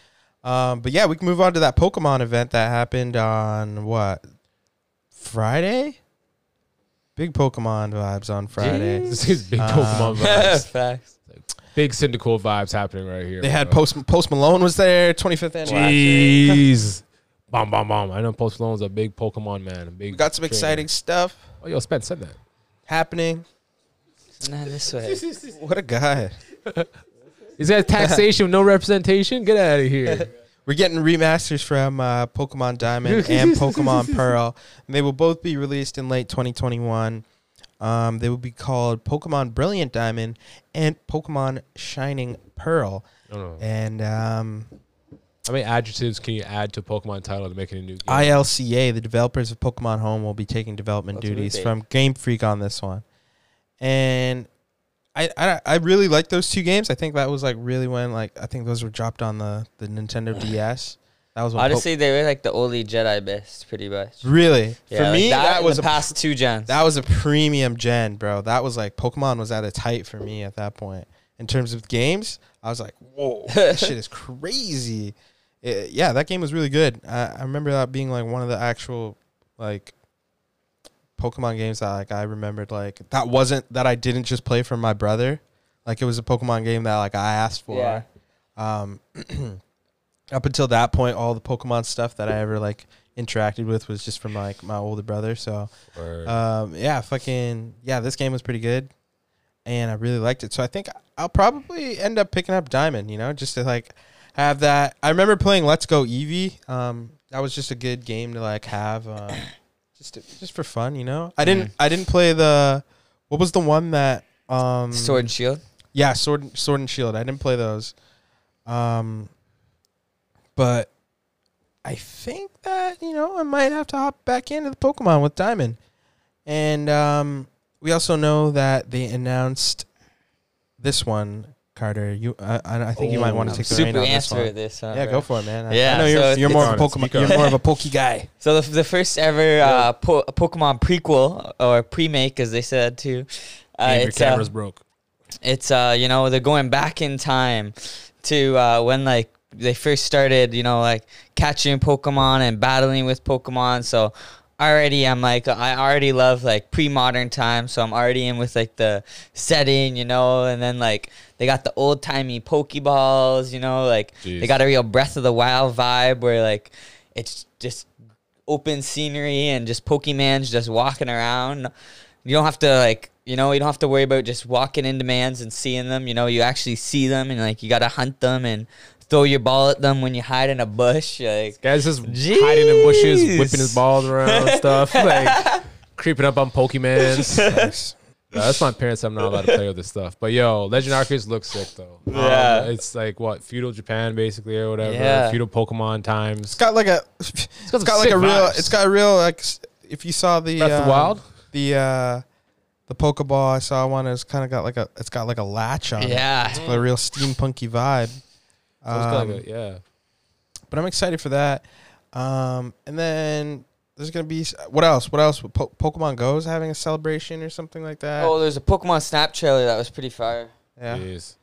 Um, but yeah, we can move on to that Pokemon event that happened on what Friday. Big Pokemon vibes on Friday.
This is big
Uh,
Pokemon vibes.
Facts.
big Cyndaquil vibes happening right here.
They had
bro.
Post Post Malone was there. 25th anniversary.
Jeez. Bomb, bomb, bomb. I know Post Malone's a big Pokemon man. a big
We got some
trainer.
exciting stuff.
Oh, yo, Spence said that.
happening.
Nah, this way.
What a guy.
Is that taxation with no representation? Get out of here.
We're getting remasters from uh, Pokemon Diamond and Pokemon Pearl. And they will both be released in late 2021. Um, they will be called Pokemon Brilliant Diamond and Pokemon Shining Pearl.
No, no.
And um,
How many adjectives can you add to a Pokemon title to make it a new game?
ILCA, the developers of Pokemon Home, will be taking development
Let's move,
duties
Dave.
from Game Freak on this one. And I, I I really like those two games. I think that was like really when like I think those were dropped on the the Nintendo DS. That was when Po-
Honestly, they were like the only Jedi best, pretty much.
really
Yeah,
for
like
me that,
and
was a,
the past two gens.
that was a premium gen, bro. That was like Pokemon was at its height for me at that point in terms of games. I was like, whoa, this shit is crazy. Eh, yeah, that game was really good. I, I remember that being like one of the actual like Pokemon games that like I remembered like that wasn't that I didn't just play for my brother. Like it was a Pokemon game that like I asked for.
Yeah.
Um up until that point all the Pokemon stuff that I ever like interacted with was just from like my older brother, so
Or-
um yeah, fucking yeah, this game was pretty good and I really liked it. So I think I'll probably end up picking up Diamond, you know, just to like have that. I remember playing Let's Go Eevee. Um, that was just a good game to like have, um, just to, just for fun, you know. I didn't I didn't play the what was the one that um
Sword and Shield.
yeah sword sword and shield. I didn't play those, um, but I think that you know I might have to hop back into the Pokemon with Diamond, and um, we also know that they announced this one. Carter, you, I, I I think you
Oh,
might want
I'm
to take the reign
super
on this
answer
one.
this one.
Yeah,
bro.
go for it, man. I- I
Yeah,
know
so
you're,
it's-
you're more of a
Speak on it,
Pokemon.
speak on
You're more of a Pokey guy.
So the, the first ever uh, po- Pokemon prequel or pre-make, as they said too. Uh,
Damn, your
it's uh,
camera's broke.
it's uh, you know they're going back in time to uh, when like they first started, you know, like catching Pokemon and battling with Pokemon. So already I'm like I already love like pre-modern time, so I'm already in with like the setting, you know, and then like they got the old-timey Pokeballs, you know, like
Jeez.
they got a real Breath of the Wild vibe where like it's just open scenery and just Pokemans just walking around. You don't have to like you know you don't have to worry about just walking into mans and seeing them. You know you actually see them and like you gotta hunt them and throw your ball at them when you hide in a bush. Like
Guys just hiding in bushes,
Jeez.
whipping his balls around and stuff, like creeping up on Pokemans.
Nice.
Nah, that's my parents. I'm not allowed to play with this stuff. But yo, Legend Arceus looks sick though. Um,
Yeah.
it's like what feudal Japan basically or whatever.
Yeah.
Feudal Pokemon times.
It's got like a,
got
it's
some
got like
sick
a real,
vibes.
it's got a real like. s- If you saw the
Breath of the
um,
Wild?
the uh, the Pokeball, I saw one. It's kind of got like a, it's got like a latch on it.
yeah,
It's got a real steampunky vibe.
So it's got, like,
Um,
a- yeah.
but I'm excited for that. Um, and then there's gonna be s- what else? What else? Po- Pokemon Go is having a celebration or something like that.
Oh, there's a Pokemon Snap trailer that was pretty fire.
yeah.
Jeez.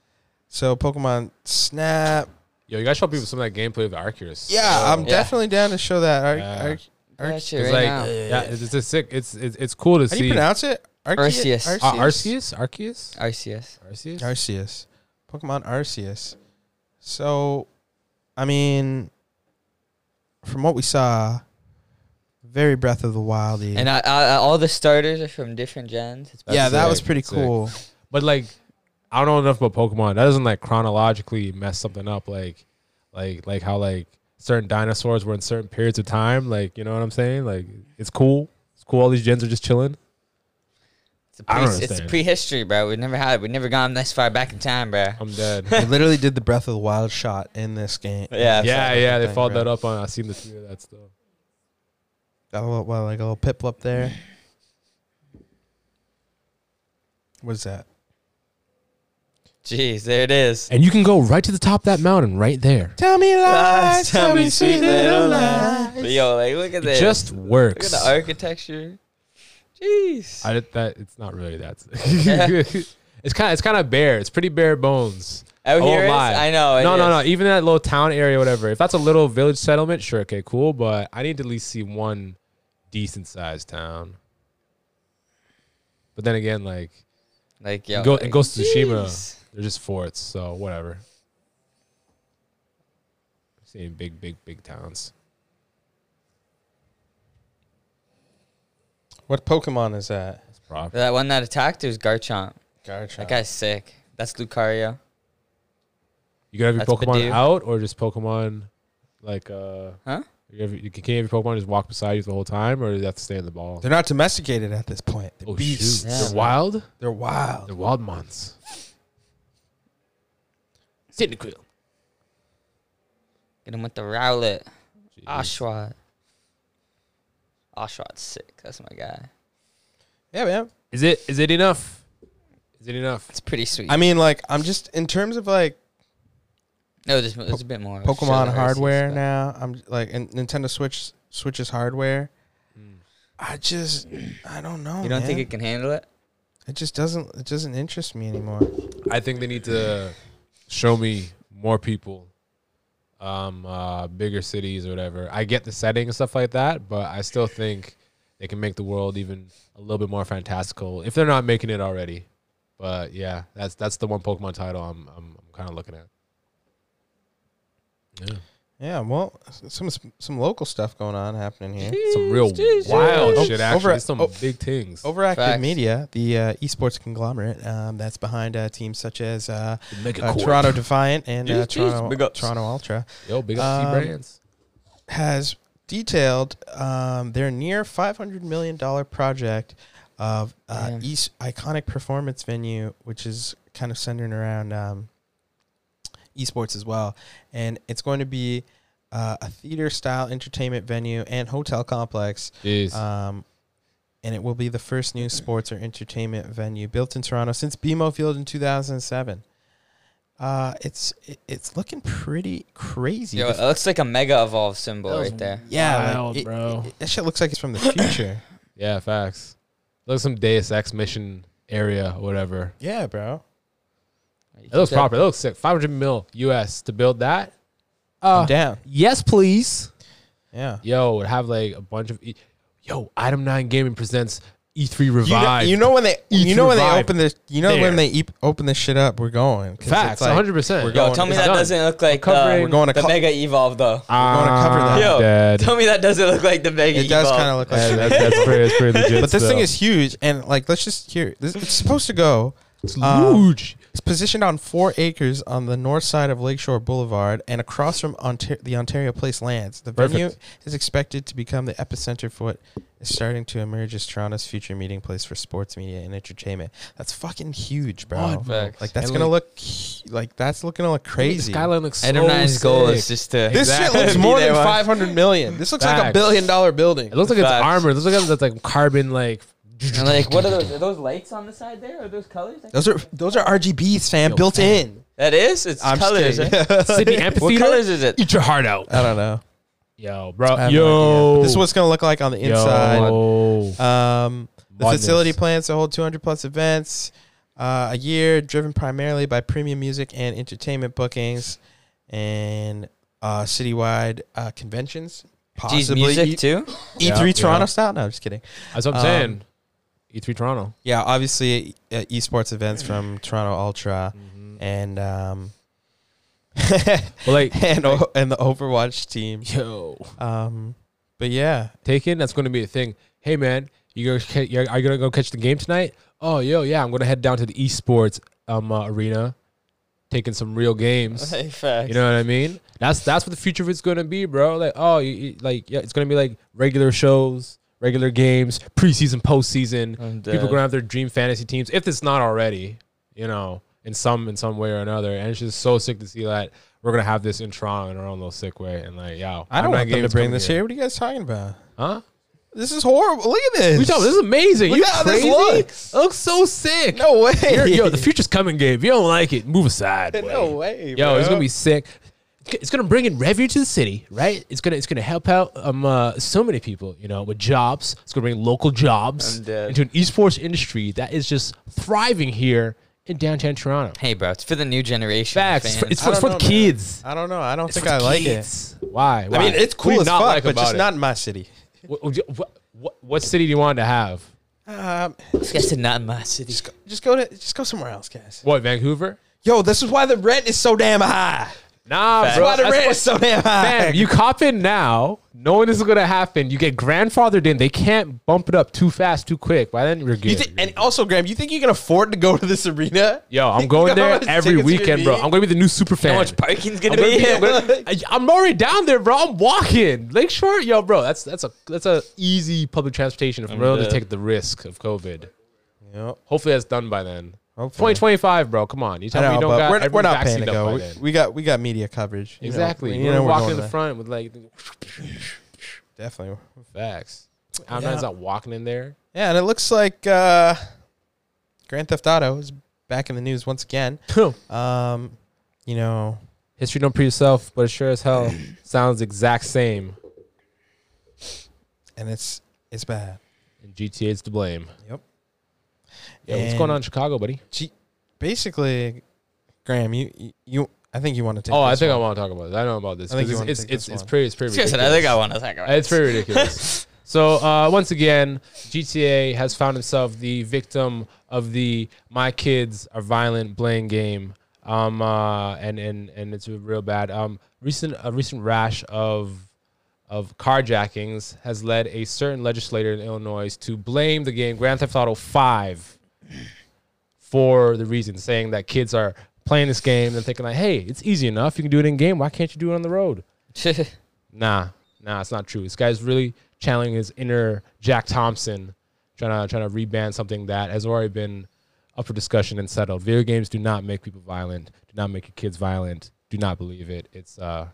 So Pokemon Snap.
Yo, you gotta show people some of that gameplay of Arceus.
Yeah, I'm
Yeah.
definitely down to show that. Ar-
Yeah.
Ar- Ar-
That shit
It's
right
like uh,
now.
yeah, it's, it's a sick. It's it's, it's cool to
how do
see.
you pronounce it? Arce-
Arceus.
Uh, Arceus, Arceus,
RCS.
Arceus.
Arceus. Pokemon Arceus. So, I mean, from what we saw, very Breath of the Wildy.
And I, I, all the starters are from different gens. It's
yeah,
That's
that
sick.
was pretty
That's sick.
cool.
But like, I don't know enough about Pokemon. That doesn't like chronologically mess something up. Like, like, like how like certain dinosaurs were in certain periods of time. Like, you know what I'm saying? Like, it's cool. It's cool. All these gens are just chilling.
It's,
I
a pre-
don't
it's
understand.
prehistory, bro. We never had. We never gone this far back in time, bro.
I'm dead.
They literally did the Breath of the Wild shot in this game.
Yeah.
yeah, yeah. They
thing,
followed
bro.
that up on. I seen the three of that stuff.
Got a little, well, like a little pipple up there. What is that?
Jeez, there it is.
And you can go right to the top of that mountain, right there.
Tell me lies,
Lies,
tell me sweet little lies.
But yo, like, look at
It
this.
just
look at
works.
the architecture. Jeez.
I did that. It's not really that. sick. it's kind. of It's kind of bare. It's pretty bare bones.
Out
won't
here is-
lie.
I know. Oh, it
oh no, no, no.
is.
Even that little town area, whatever. If that's a little village settlement, sure, okay, cool. But I need to at least see one decent sized town. But then again, like
Like yo,
Go-
like,
and Ghost of Tsushima.
jeez.
they're just forts, so whatever. Seeing big, big, big towns.
What Pokemon is that?
It's Rob.
That one that attacked it was Garchomp. That
Garchomp.
guy's sick. That's Lucario.
You can have your
That's
Pokemon
Bidoof.
out or just Pokemon like uh
Huh?
you have, you can can you have your Pokemon just walk beside you the whole time or do they have to stay in the ball?
They're not domesticated at this point. They're
oh
beasts.
shoot.
Yeah.
They're wild?
They're wild.
They're wild mons. Cyndaquil.
Get him with the Rowlet. Ah,
Jeez.
Oshawott. Oshawot's sick. That's my guy.
Yeah, man.
Is it is it enough? Is it enough?
It's pretty sweet.
I mean, like, I'm just in terms of like
no, there's, there's a bit more. Show the
Pokemon
rest of
hardware
this, but-
now. I'm like, and Nintendo Switch switches hardware. I just, I don't know.
Hmm. You don't think
man.
it can handle it?
It just doesn't. It doesn't interest me anymore.
I think they need to show me more people, um, uh, bigger cities or whatever. I get the setting and stuff like that, but I still think they can make the world even a little bit more fantastical if they're not making it already. But yeah, that's that's the one Pokemon title I'm I'm, I'm kind of looking at. Yeah,
Yeah, well, s- some s- some local stuff going on happening here.
some real
Oh,
wild shit.
over-
Actually, It's some
oh.
big things.
Overactive
Facts.
Media, the uh, esports conglomerate um, that's behind uh, teams such as uh,
Mega
uh, Toronto Defiant and uh,
Jeez, jeez, big
Toronto,
ups.
Toronto Ultra,
Yo, big up
Um,
T brands.
has detailed um, their near $500 million project of uh,
Damn.
East iconic performance venue, which is kind of centering around um, esports as well. And it's going to be uh, a theater style entertainment venue and hotel complex
Jeez.
um, and it will be the first new sports or entertainment venue built in Toronto since BMO Field in 2007. Uh, it's it, it's looking pretty crazy.
Yo, it
The-
looks like a Mega Evolve symbol right there.
yeah, like,
wild,
it-
bro.
it- that shit looks like it's from the future.
Yeah, facts. Look, some Deus Ex mission area, or whatever.
yeah, bro.
It looks proper. It looks sick. 500 mil US to build that. Uh,
I'm down.
yes, please.
Yeah.
Yo, would have like a bunch of. E- Yo, Item 9 Gaming presents E3
You know,
Revive.
you know when they
Eat
you know when
revive.
they open this you know
There.
when they eep- open this shit up we're going 'Cause
facts,
it's like,
100%.
we're
Yo,
going-
tell me
it's
that
done.
doesn't look like uh,
covering-
the,
We're
going to
the
co-
Mega Evolve though.
gonna cover that.
I'm
Yo,
dead.
tell me that doesn't look like the Mega
it does
Evolve.
kind of look like
Yeah,
that.
that's, that's pretty, that's pretty legit.
but this thing
still.
is huge and like let's just hear this, it's supposed to go
It's
um,
huge.
It's positioned on four acres on the north side of Lakeshore Boulevard and across from Ontar- the Ontario Place lands. The venue
Perfect.
is expected to become the epicenter for what is starting to emerge as Toronto's future meeting place for sports media and entertainment. That's fucking huge, bro.
Mad
facts.
Like that's
And,
gonna
like-
look hu- like that's looking to look crazy.
Skyline looks so
Adam Nine's
sick.
goal is just to.
This
Exactly.
shit looks more
Be
than
there, man.
500 million. This looks like a
Facts.
billion dollar building.
It looks like it's
Facts.
armor. It looks like it's like carbon, like.
And like, what are those? Are those lights on the side there? Are those colors?
those are those are RGBs, fam,
Yo,
built
fam.
in.
That is. It's
I'm just
colors.
kidding.
eh?
Sydney
What
Amphitheater?
colors is it?
Eat your heart out.
I don't know.
Yo, bro.
Uh, I have no idea.
Yo.
But this is what it's gonna look like on the inside.
Yo.
Um, the
Madness.
facility plans to hold 200 plus events uh, a year, driven primarily by premium music and entertainment bookings and uh, citywide uh, conventions.
Geez,
Possibly
music
E-
too.
E3
Yeah,
Toronto
yeah.
style. No, I'm just kidding.
That's what I'm
Um,
saying. E3 Toronto.
Yeah, obviously uh, esports events from Toronto Ultra and um,
But like,
and o- and the Overwatch team.
yo,
Um, but yeah,
taken. That's going to be a thing. Hey, man, you go. ca- you- Are you going to go catch the game tonight? Oh, yo, yeah. I'm going to head down to the esports um uh, arena, taking some real games.
Like, facts.
You know what I mean? That's that's what the future of it's going to be, bro. Like, oh, you, you- like yeah, it's going to be like regular shows, regular games, preseason, postseason.
Oh,
I'm dead.
People going to have their dream fantasy teams if it's not already. You know, in some in some way or another. And it's just so sick to see that we're going to have this in Toronto in our own little sick way. And like, yo,
I don't
Fortnite
want them to
games
bring
coming
this here. What are you guys talking about?
huh?
This is horrible. Look at this.
We talking, this is amazing.
Look
you
at how this
crazy?
looks.
It looks so sick.
no way.
You're- yo, the future's coming, Gabe. If you don't like it, move aside. boy.
No way.
Yo, it's
bro.
gonna be sick. It's gonna bring in revenue to the city, right? It's gonna it's gonna help out um uh, so many people, you know, with jobs. It's gonna bring local jobs
I'm dead.
into an esports industry that is just thriving here in downtown Toronto.
Hey, bro, it's for the new generation. of
Facts. It's for,
fans.
it's for,
I
it's for
don't
the
know, man.
kids.
I don't know. I don't
It's
think
for
I
the
like it.
kids. Why?
I mean,
Why?
it's
What do you
cool as
not
fuck,
like
but
about
just
it?
not in my city.
What, what, what, what city do you want to have?
Um,
This guy's in not my city.
just, go, just go to just go somewhere else, guys.
What Vancouver?
Yo, this is why the rent is so damn high.
Nah,
Facts.
bro.
Why the
that's
rent is so damn high?
Fam, you cop in now, knowing this is gonna happen. You get grandfathered in. They can't bump it up too fast, too quick. By then you're good.
You thi- and also, Graham, you think you can afford to go to this arena?
Yo, I'm
You
going
know how
there
much
every
tickets you're
weekend, bro.
gonna
I'm gonna be the new super fan.
How much parking's
I'm,
gonna
gonna
be?
be, I'm, gonna- I- I'm already down there, bro. I'm walking. Lakeshore, yo, bro. That's that's a that's a easy public transportation if I'm willing to
dead.
take the risk of COVID.
need? Yep.
Hopefully that's done by then.
Hopefully.
2025, bro. Come on. You
I
tell me you
know,
don't
but
got
we're, we're
every
not
vaccine
paying to
up by
go. We,
then.
we got we got media coverage. you know.
Exactly.
We-
You know,
we're
walking
going
in the
there.
front with like
Definitely.
facts. I'm not not walking in there.
Yeah, and it looks like uh, Grand Theft Auto is back in the news once again. Um, you know,
Uh, History don't prove yourself, but it sure as hell sounds exact same.
and it's it's bad.
And GTA's to blame.
Yep.
Yeah, what's
And-
going on in Chicago, buddy?
G- basically, Graham, you you- you I think you want to take.
Oh, I
this
think I
one.
want to talk about this. I know about this.
I think
'cause
you wanna
it's
take
it's,
this
it's
one.
pretty it's pretty.
It's gonna say, I
ridiculous.
think I want to talk about
It's
it.
very ridiculous. so uh, once again, GTA has found himself the victim of the "my kids are violent" blame game, um, uh, and and and it's real bad. Um, recent a recent rash of of carjackings has led a certain legislator in Illinois to blame the game Grand Theft Auto Five for the reason, saying that kids are playing this game and thinking like, "Hey, it's easy enough. You can do it in game. Why can't you do it on the road?" nah, nah, it's not true. This guy's really channeling his inner Jack Thompson, trying to trying to reban something that has already been up for discussion and settled. Video games do not make people violent. Do not make your kids violent. Do not believe it. It's uh,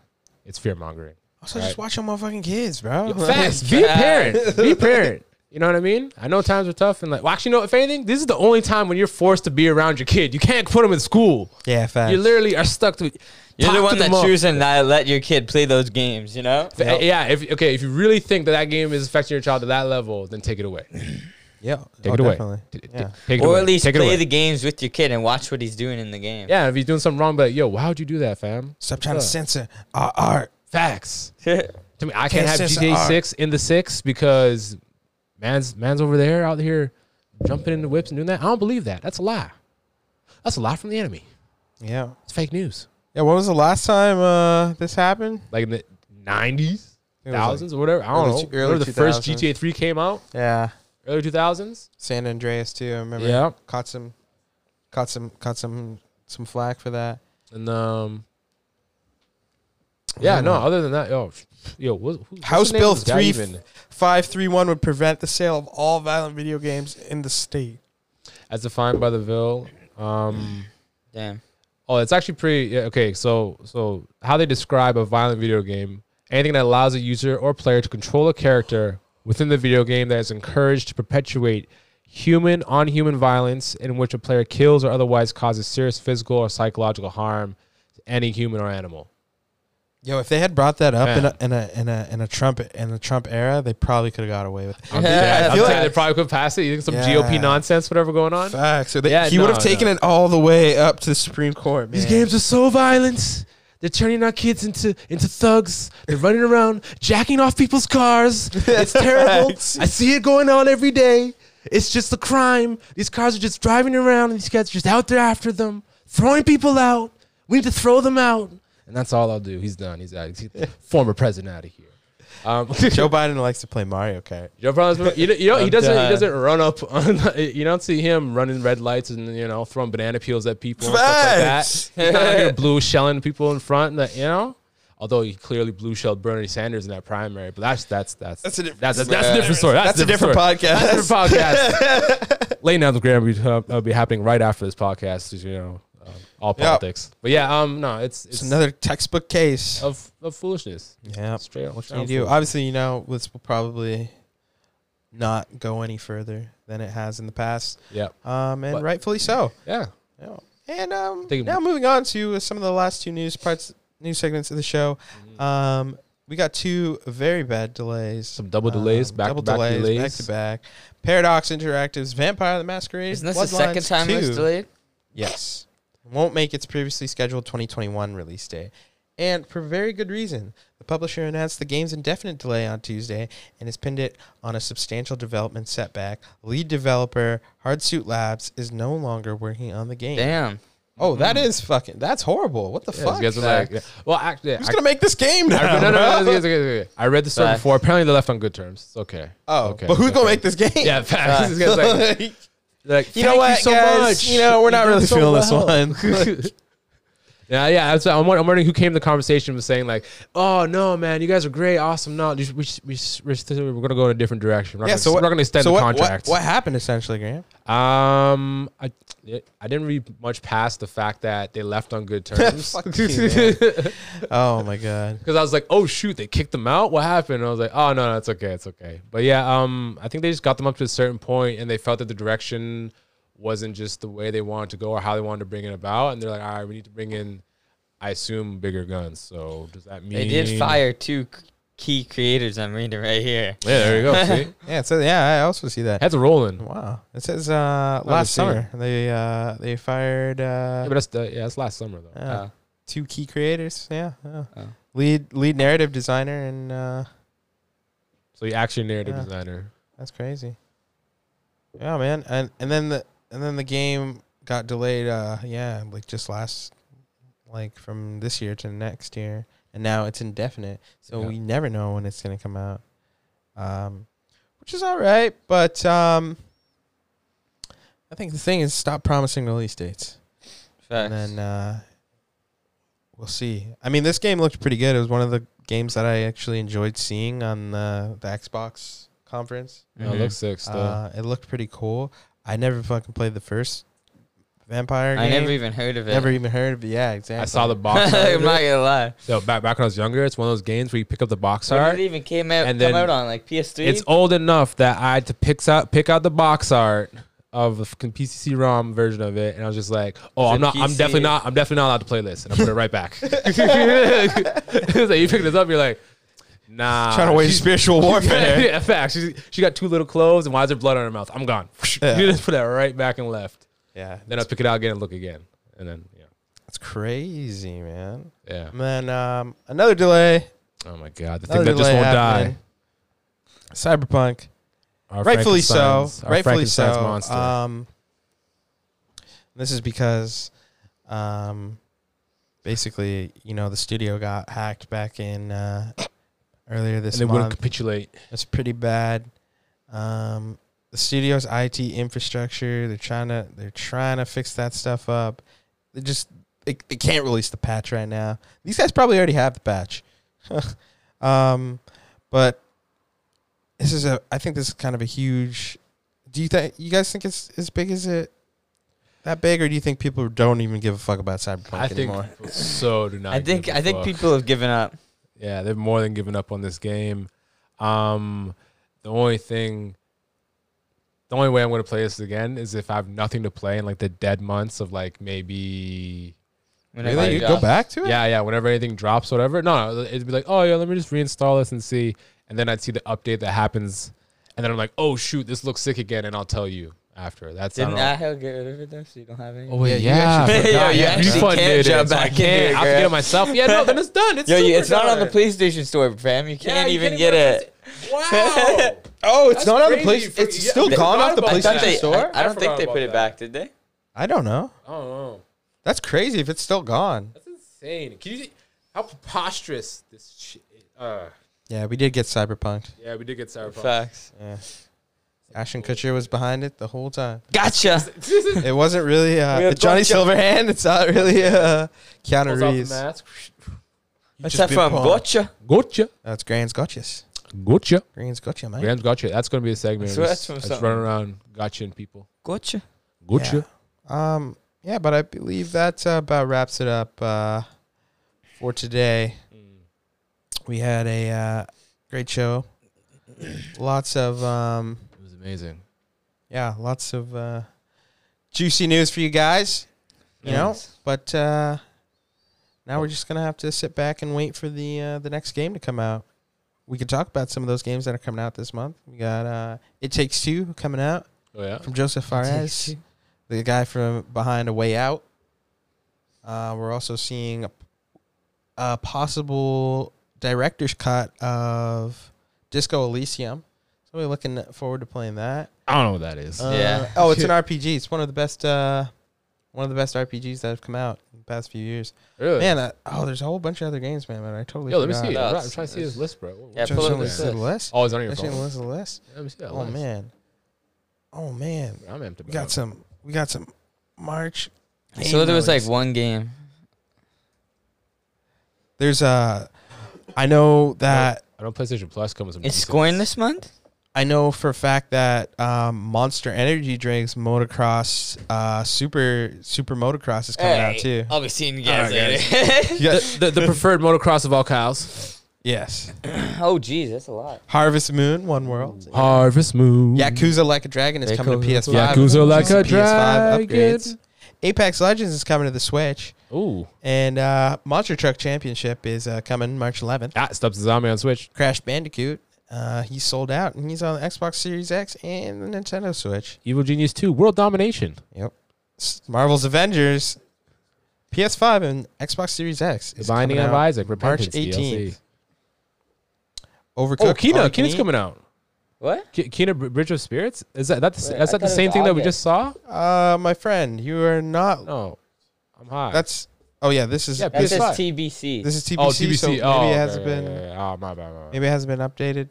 it's fear mongering.
Also, just watch your motherfucking kids, bro.
Fast, be a parent. Be a parent. You know what I mean? I know times are tough, and like, well, actually, no. If anything, this is the only time when you're forced to be around your kid. You can't put them in school.
yeah, fast.
You literally are stuck to.
You're
talk
the
to
one
them
that
up.
choosing not to let your kid play those games, you know?
If- Yeah, if okay, if you really think that that game is affecting your child to that level, then take it away.
yeah, oh,
Take it away.
Definitely.
T- t-
Yeah.
Take it
Or
away.
at least
Take it
play
away.
the games with your kid and watch what he's doing in the game.
Yeah, if he's doing something wrong, but yo, why would you do that, fam?
Stop trying to censor our art.
Facts. To me, I
Can't
can't have
censor
GTA
art.
Six in the six because man's man's over there out here jumping into whips and doing that. I don't believe that. That's a lie. That's a lie from the enemy.
Yeah.
It's fake news.
Yeah. When was the last time uh, this happened?
Like in the nineties,
It was like
thousands or whatever. I don't
early
know.
two- early
Remember the first
2000s.
GTA Three came out
Yeah.
early two thousands.
San Andreas too. I remember.
Yeah,
Caught some, caught some, caught some, some flack for that.
and um. Yeah, no. Other than that, yo, yo, what, who, what's
House
the name
Bill
of this guy
three
even?
five three one would prevent the sale of all violent video games in the state.
as defined by the bill. Um,
Damn.
oh, it's actually pretty yeah, okay. So, so how they describe a violent video game? Anything that allows a user or player to control a character within the video game that is encouraged to perpetuate human on human violence in which a player kills or otherwise causes serious physical or psychological harm to any human or animal.
Yo, if they had brought that up
Yeah.
in, a, in a in a in a Trump in the Trump era, they probably could have got away with it.
I'm
Yeah,
saying-
I
I'm
feel
saying
like-
they probably could pass it. You think some
Yeah.
GOP nonsense, whatever going on?
Facts. So they,
Yeah,
he
no,
would have taken
no.
it all the way up to the Supreme Court. Man.
These games are so violent. They're turning our kids into into thugs. They're running around jacking off people's cars. It's terrible. I see it going on every day. It's just a crime. These cars are just driving around, and these guys are just out there after them, throwing people out. We need to throw them out. And that's all I'll do. He's done. He's out. He's former president out of here. Um,
Joe Biden likes to play Mario Kart.
Joe Brown's been- you know, you know he
I'm
doesn't
done.
he doesn't run up on you don't see him running red lights and you know throwing banana peels at people and
Facts.
stuff like that. He's not out here blue shelling people in front, like, you know. Although he clearly blue shelled Bernie Sanders in that primary, but that's that's that's
That's a different-
that's, that's, a different story. That's,
That's a different
story.
podcast.
That's a different podcast. Laying down the ground will be, uh, will be happening right after this podcast. You know, uh, all
Yeah.
politics. But yeah, um, no, it's it's,
It's another textbook case.
of of foolishness.
Yeah.
Straight up.
What can you do? Obviously, you know this will probably not go any further than it has in the past,
Yeah,
um, and
But-
rightfully so.
yeah.
Yeah. And um,
Think-
now moving on to uh, some of the last two news parts, news segments of the show.
Mm-hmm.
Um, we got two very bad delays. Um,
Some double delays, back to back delays.
back to back. Paradox Interactive's Vampire the Masquerade.
Isn't this the
Bloodlines
second time it was
2.
delayed?
Yes. Won't make its previously scheduled 2021 release date. And for very good reason. The publisher announced the game's indefinite delay on Tuesday and has pinned it on a substantial development setback. Lead developer Hardsuit Labs is no longer working on the game.
Damn.
Oh, that is fucking. That's horrible. What the
Yeah,
fuck?
these guys are like, yeah. well, actually, yeah,
Who's
I-
gonna make this game now?
I, no, no, no,
bro?
no, it's okay, it's okay. I read the story
Facts.
before. Apparently, they left on good terms. It's okay.
Oh,
okay.
but who's
okay.
gonna make this game?
Yeah, facts. This guy's like,
Like,
like,
You know
"Thank
what,
so
guys?
much.
You know, we're not
did
really feeling this
well." yeah, yeah. That's, I'm, wondering- I'm wondering who came to the conversation was saying like, "Oh no, man, you guys are great, awesome. No, we we we are gonna go in a different direction. We're not,
yeah.
gonna,
So
we're
what,
not gonna extend
so
the
what, what-
contract."
What, happened essentially, Graham?
Um, I I didn't read much past the fact that they left on good terms.
Fuck you, man.
Because
Oh my god.
I was like, oh shoot, they kicked them out. What happened? And I was like, oh no, no, it's okay, it's okay. But yeah, um, I think they just got them up to a certain point, and they felt that the direction wasn't just the way they wanted to go or how they wanted to bring it about, and they're like, all right, we need to bring in, I assume, bigger guns. So does that mean
They did fire two c- key creators. I'm reading right here.
Yeah, there you go. See,
Yeah. So yeah, I also see that.
heads are rolling. Yeah,
Wow. It says uh,
Not
last
a singer.
summer they uh, they fired uh,
but that's the, yeah, that's last summer though.
uh,
Oh.
two key creators. Yeah. yeah.
Oh.
Lead lead narrative designer and uh,
So you action narrative
Yeah.
designer.
that's crazy. Yeah, man. And and then the and then the game got delayed. Uh, yeah, like just last, like from this year to next year, and now it's indefinite. So
Yeah.
we never know when it's gonna come out. Um, which is all right, but um, I think the thing is stop promising release dates.
Facts.
And then uh, we'll see. I mean, this game looked pretty good. It was one of the games that I actually enjoyed seeing on the, the Xbox conference.
No, it
Mhm.
looks sick still.
Uh, it looked pretty cool. I never fucking played the first Vampire
I
game.
never even heard of it.
Never even heard of it. Yeah, exactly.
I saw the box art.
I'm not gonna lie.
Yo, back back when I was younger, it's one of those games where you pick up the box
When
art.
it even came out,
And
come
then
out on like PS3.
It's old enough that I had to pick out pick out the box art of the fucking PCC ROM version of it, and I was just like, "Oh,
Is
I'm
it
not. I'm
PC?
definitely not. I'm definitely not allowed to play this." And I put it right back. It's like, you pick this up, you're like, "Nah."
Trying to wage spiritual
yeah,
warfare.
yeah, fact. She she got two little clothes, and why is there blood on her mouth? I'm gone.
Yeah.
You just put that right back and left.
yeah,
Then I pick it out again and look again, and then yeah,
that's crazy, man.
yeah.
And then um, another delay.
Oh my god, the thing
Another
that just
delay
won't die.
happening. Cyberpunk.
Our
rightfully so.
Frankenstein's- our
Rightfully so.
Frankenstein's monster.
Um, this is because, um, basically, you know, the studio got hacked back in uh, earlier this
and they wouldn't
month.
capitulate.
It's pretty bad. Um, the studio's IT infrastructure. They're trying to they're trying to fix that stuff up. They just they, they can't release the patch right now. These guys probably already have the patch. um, but this is a I think this is kind of a huge. Do you think you guys think it's as big as it? That big, or do you think people don't even give a fuck about Cyberpunk
I think
anymore?
people so do not.
I think
give a
I think
fuck.
people have given up.
Yeah, they've more than given up on this game. Um, the only thing, the only way I'm going to play this again is if I have nothing to play in like the dead months of like maybe.
Whenever
Really,
I
you
got-
go back to it?
uh, Yeah, yeah. Whenever anything drops, whatever. No, no, it'd be like, oh yeah, let me just reinstall this and see. And then I'd see the update that happens, and then I'm like, oh shoot, this looks sick again, and I'll tell you after. That's I
Didn't
don't know.
Ahel get rid of it though? So you don't have any.
Oh wait,
Yeah,
yeah,
you actually
I forgot.
Yeah, you actually
refunded
can't
it,
jump
so I
back into
can't.
it,
I have to get
girl.
it myself. Yeah, no, then it's done. It's
Yo, you-
super
it's not on the
done.
PlayStation Store, fam. You
Yeah,
can't
you can't
even get
even
it.
Wow.
Oh, it's
That's
not on the
crazy
PlayStation.
for-
It's
yeah,
still
I
gone off the
forgot
I
PlayStation
about
thought
that.
they.
Store.
I, I don't
I
think
forgot
they
about
put it
that.
back, did they?
I don't know.
Oh, no.
That's crazy if it's still gone.
that's insane. Can you see how preposterous this shit? Uh,
Yeah, we did get cyberpunked.
yeah, we did get Cyberpunk.
Facts.
Yeah. Ashton Kutcher was behind it the whole time.
Gotcha.
It wasn't really
We
uh,
had
the Johnny
Butch-
Silverhand. It's not really uh, Keanu
Pulls off the
Reeves.
mask.
That's
What's that from? Gotcha.
Gotcha.
That's Grant's Gotchas.
Gotcha.
Grant's Gotcha, man.
Graham's gotcha. That's going to be the segment.
So that's from
just, just
something.
running around gotchaing people.
Gotcha.
Gotcha.
Yeah. Um, yeah, but I believe that uh, about wraps it up uh, for today.
Mm.
We had a uh, great show. Lots of um,
It was amazing.
yeah, lots of uh, juicy news for you guys. You know,
Nice.
but uh, now we're just gonna have to sit back and wait for the uh, the next game to come out. We can talk about some of those games that are coming out this month. We got uh, It Takes Two coming out
Oh, yeah.
from Joseph Fares, the guy from behind A Way Out. Uh, we're also seeing a, a possible director's cut of Disco Elysium. So we're looking forward to playing that.
I don't know what that is.
Uh,
Yeah.
Oh, it's an RPG. It's one of the best uh, One of the best RPGs that have come out in the past few years.
Really?
Man, uh, oh, there's a whole bunch of other games, man. But I totally
Yo, let me
forgot.
see. it.
No,
I'm,
it's-
trying to see his
it's-
list, bro.
Yeah,
Should I
pull
show
up
me
this
the
list.
list.
Oh, it's on your
Should I show you the
phone.
list of the list.
Let me see that
Oh
list. Uh.
man. Oh man.
I'm empty.
We got some we got some March.
So there was like
games.
one game.
there's uh I know that
I know PlayStation Plus comes. with
It's
decent-
scoring this month.
I know for a fact that um, Monster Energy Drinks Motocross uh, Super Super Motocross is coming out too.
I'll be seeing you guys
All right,
later.
Yeah.
The, the, the preferred motocross of all cows.
yes.
oh, geez, that's a lot.
Harvest Moon, One World.
Harvest Moon.
Yakuza Like a Dragon is coming to
Yakuza.
PS5.
Yakuza Like
Some
a Dragon.
upgrades. Apex Legends is coming to the Switch.
Ooh.
And uh, Monster Truck Championship is uh, coming March 11th.
That stops the zombie on Switch.
Crash Bandicoot, uh, he's sold out, and he's on the Xbox Series X and the Nintendo Switch.
Evil Genius 2. World Domination.
Yep. S- Marvel's Avengers, PS5 and Xbox Series X.
The
is
Binding
coming
of
out.
Isaac.
March
Repentance.
18th.
18th.
Overcooked.
Oh, Kina.
All You Can
Kina's
Eat.
coming out.
What?
Ki- Kina Br- Bridge of Spirits? Is that, that, the,
Wait,
is that
I thought it
the
was
same thing that we
August.
just saw?
Uh, my friend, you are not.
No. I'm high.
That's. Oh yeah, this is
Oh, Yeah,
That
this, is
PS5.
says
fine.
TBC.
this is TBC.
oh, TBC.
So maybe
oh,
it
okay,
hasn't
yeah,
been.
yeah, yeah. Oh, my bad. My bad.
Maybe it hasn't been updated.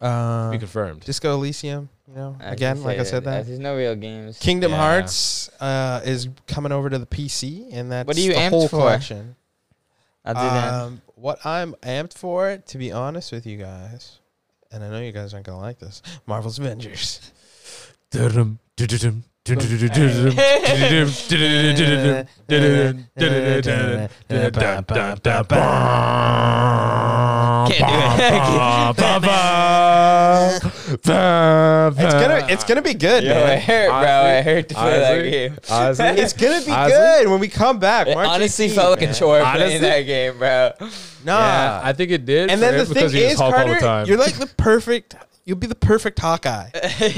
Uh,
Be confirmed.
Disco Elysium. You know,
I was
again,
gonna
like
say
I said that.
There's no real games.
Kingdom
Yeah.
Hearts uh, is coming over to the PC, and that's
What are you
the
amped
whole
for?
collection.
Other than
Um, what I'm amped for, to be honest with you guys, and I know you guys aren't gonna like this, Marvel's Avengers.
Dum, dum, dum, dum, dum, dum, dum, dum, dum, dum, dum, dum, dum, dum, dum, dum,
uh,
dum.
Can't do it.
Ba, ba, ba, ba, ba.
It's gonna, it's gonna be good,
Yo, it
man.
hurt, bro. It
Honestly-
hurt to play that
honestly-
game.
honestly-
It's gonna be
Honestly?
good when we come back.
It
March
honestly
18th,
felt like a
man.
chore
Honestly?
playing that game, bro.
Nah.
Yeah, I think it did.
and
for
then
him
the
because
thing
he was
is,
Hulk all the
Carter,
time.
you're like the perfect. You'll be the perfect Hawkeye. That's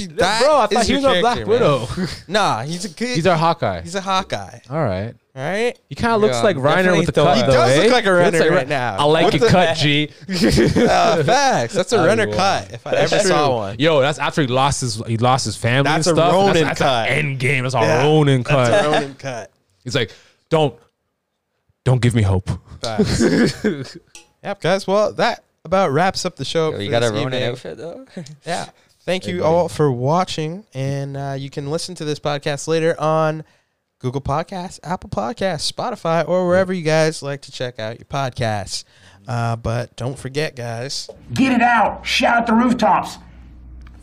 you. That
Bro, I thought
is
he
your
was a Black
character, man.
Widow.
Nah, he's a good.
He's our Hawkeye.
he's a Hawkeye.
All right.
All right.
He kind of looks
Yeah,
like Reiner
definitely
with the
thought-
cut.
He
though,
does
eh?
look like a
He looks
Renner
Ren-
right now.
I like
What
your
the-
cut, G.
Uh, facts. That's a
Oh,
runner
wow.
cut. If I ever saw one.
Yo, that's after he lost his he lost his family
That's a
and stuff. and
Ronin
that's,
cut.
That's a end game. That's a
Yeah,
Ronin cut.
Ronin cut.
He's like, don't, don't give me hope.
Facts. yep, guys. Well, that about wraps up the show.
Yo,
for
you got a
this
Ronin
evening.
outfit though.
Yeah. Thank you
Everybody.
all for watching, and uh, you can listen to this podcast later on Google Podcasts, Apple Podcasts, Spotify, or wherever you guys like to check out your podcasts. Uh, but don't forget, guys.
Get it out. Shout the rooftops.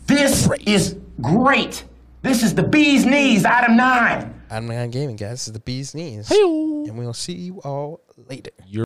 This is great. This is the bee's knees, item nine.
I'm not gaming, guys. This is the bee's knees, and we'll see you all later.
You're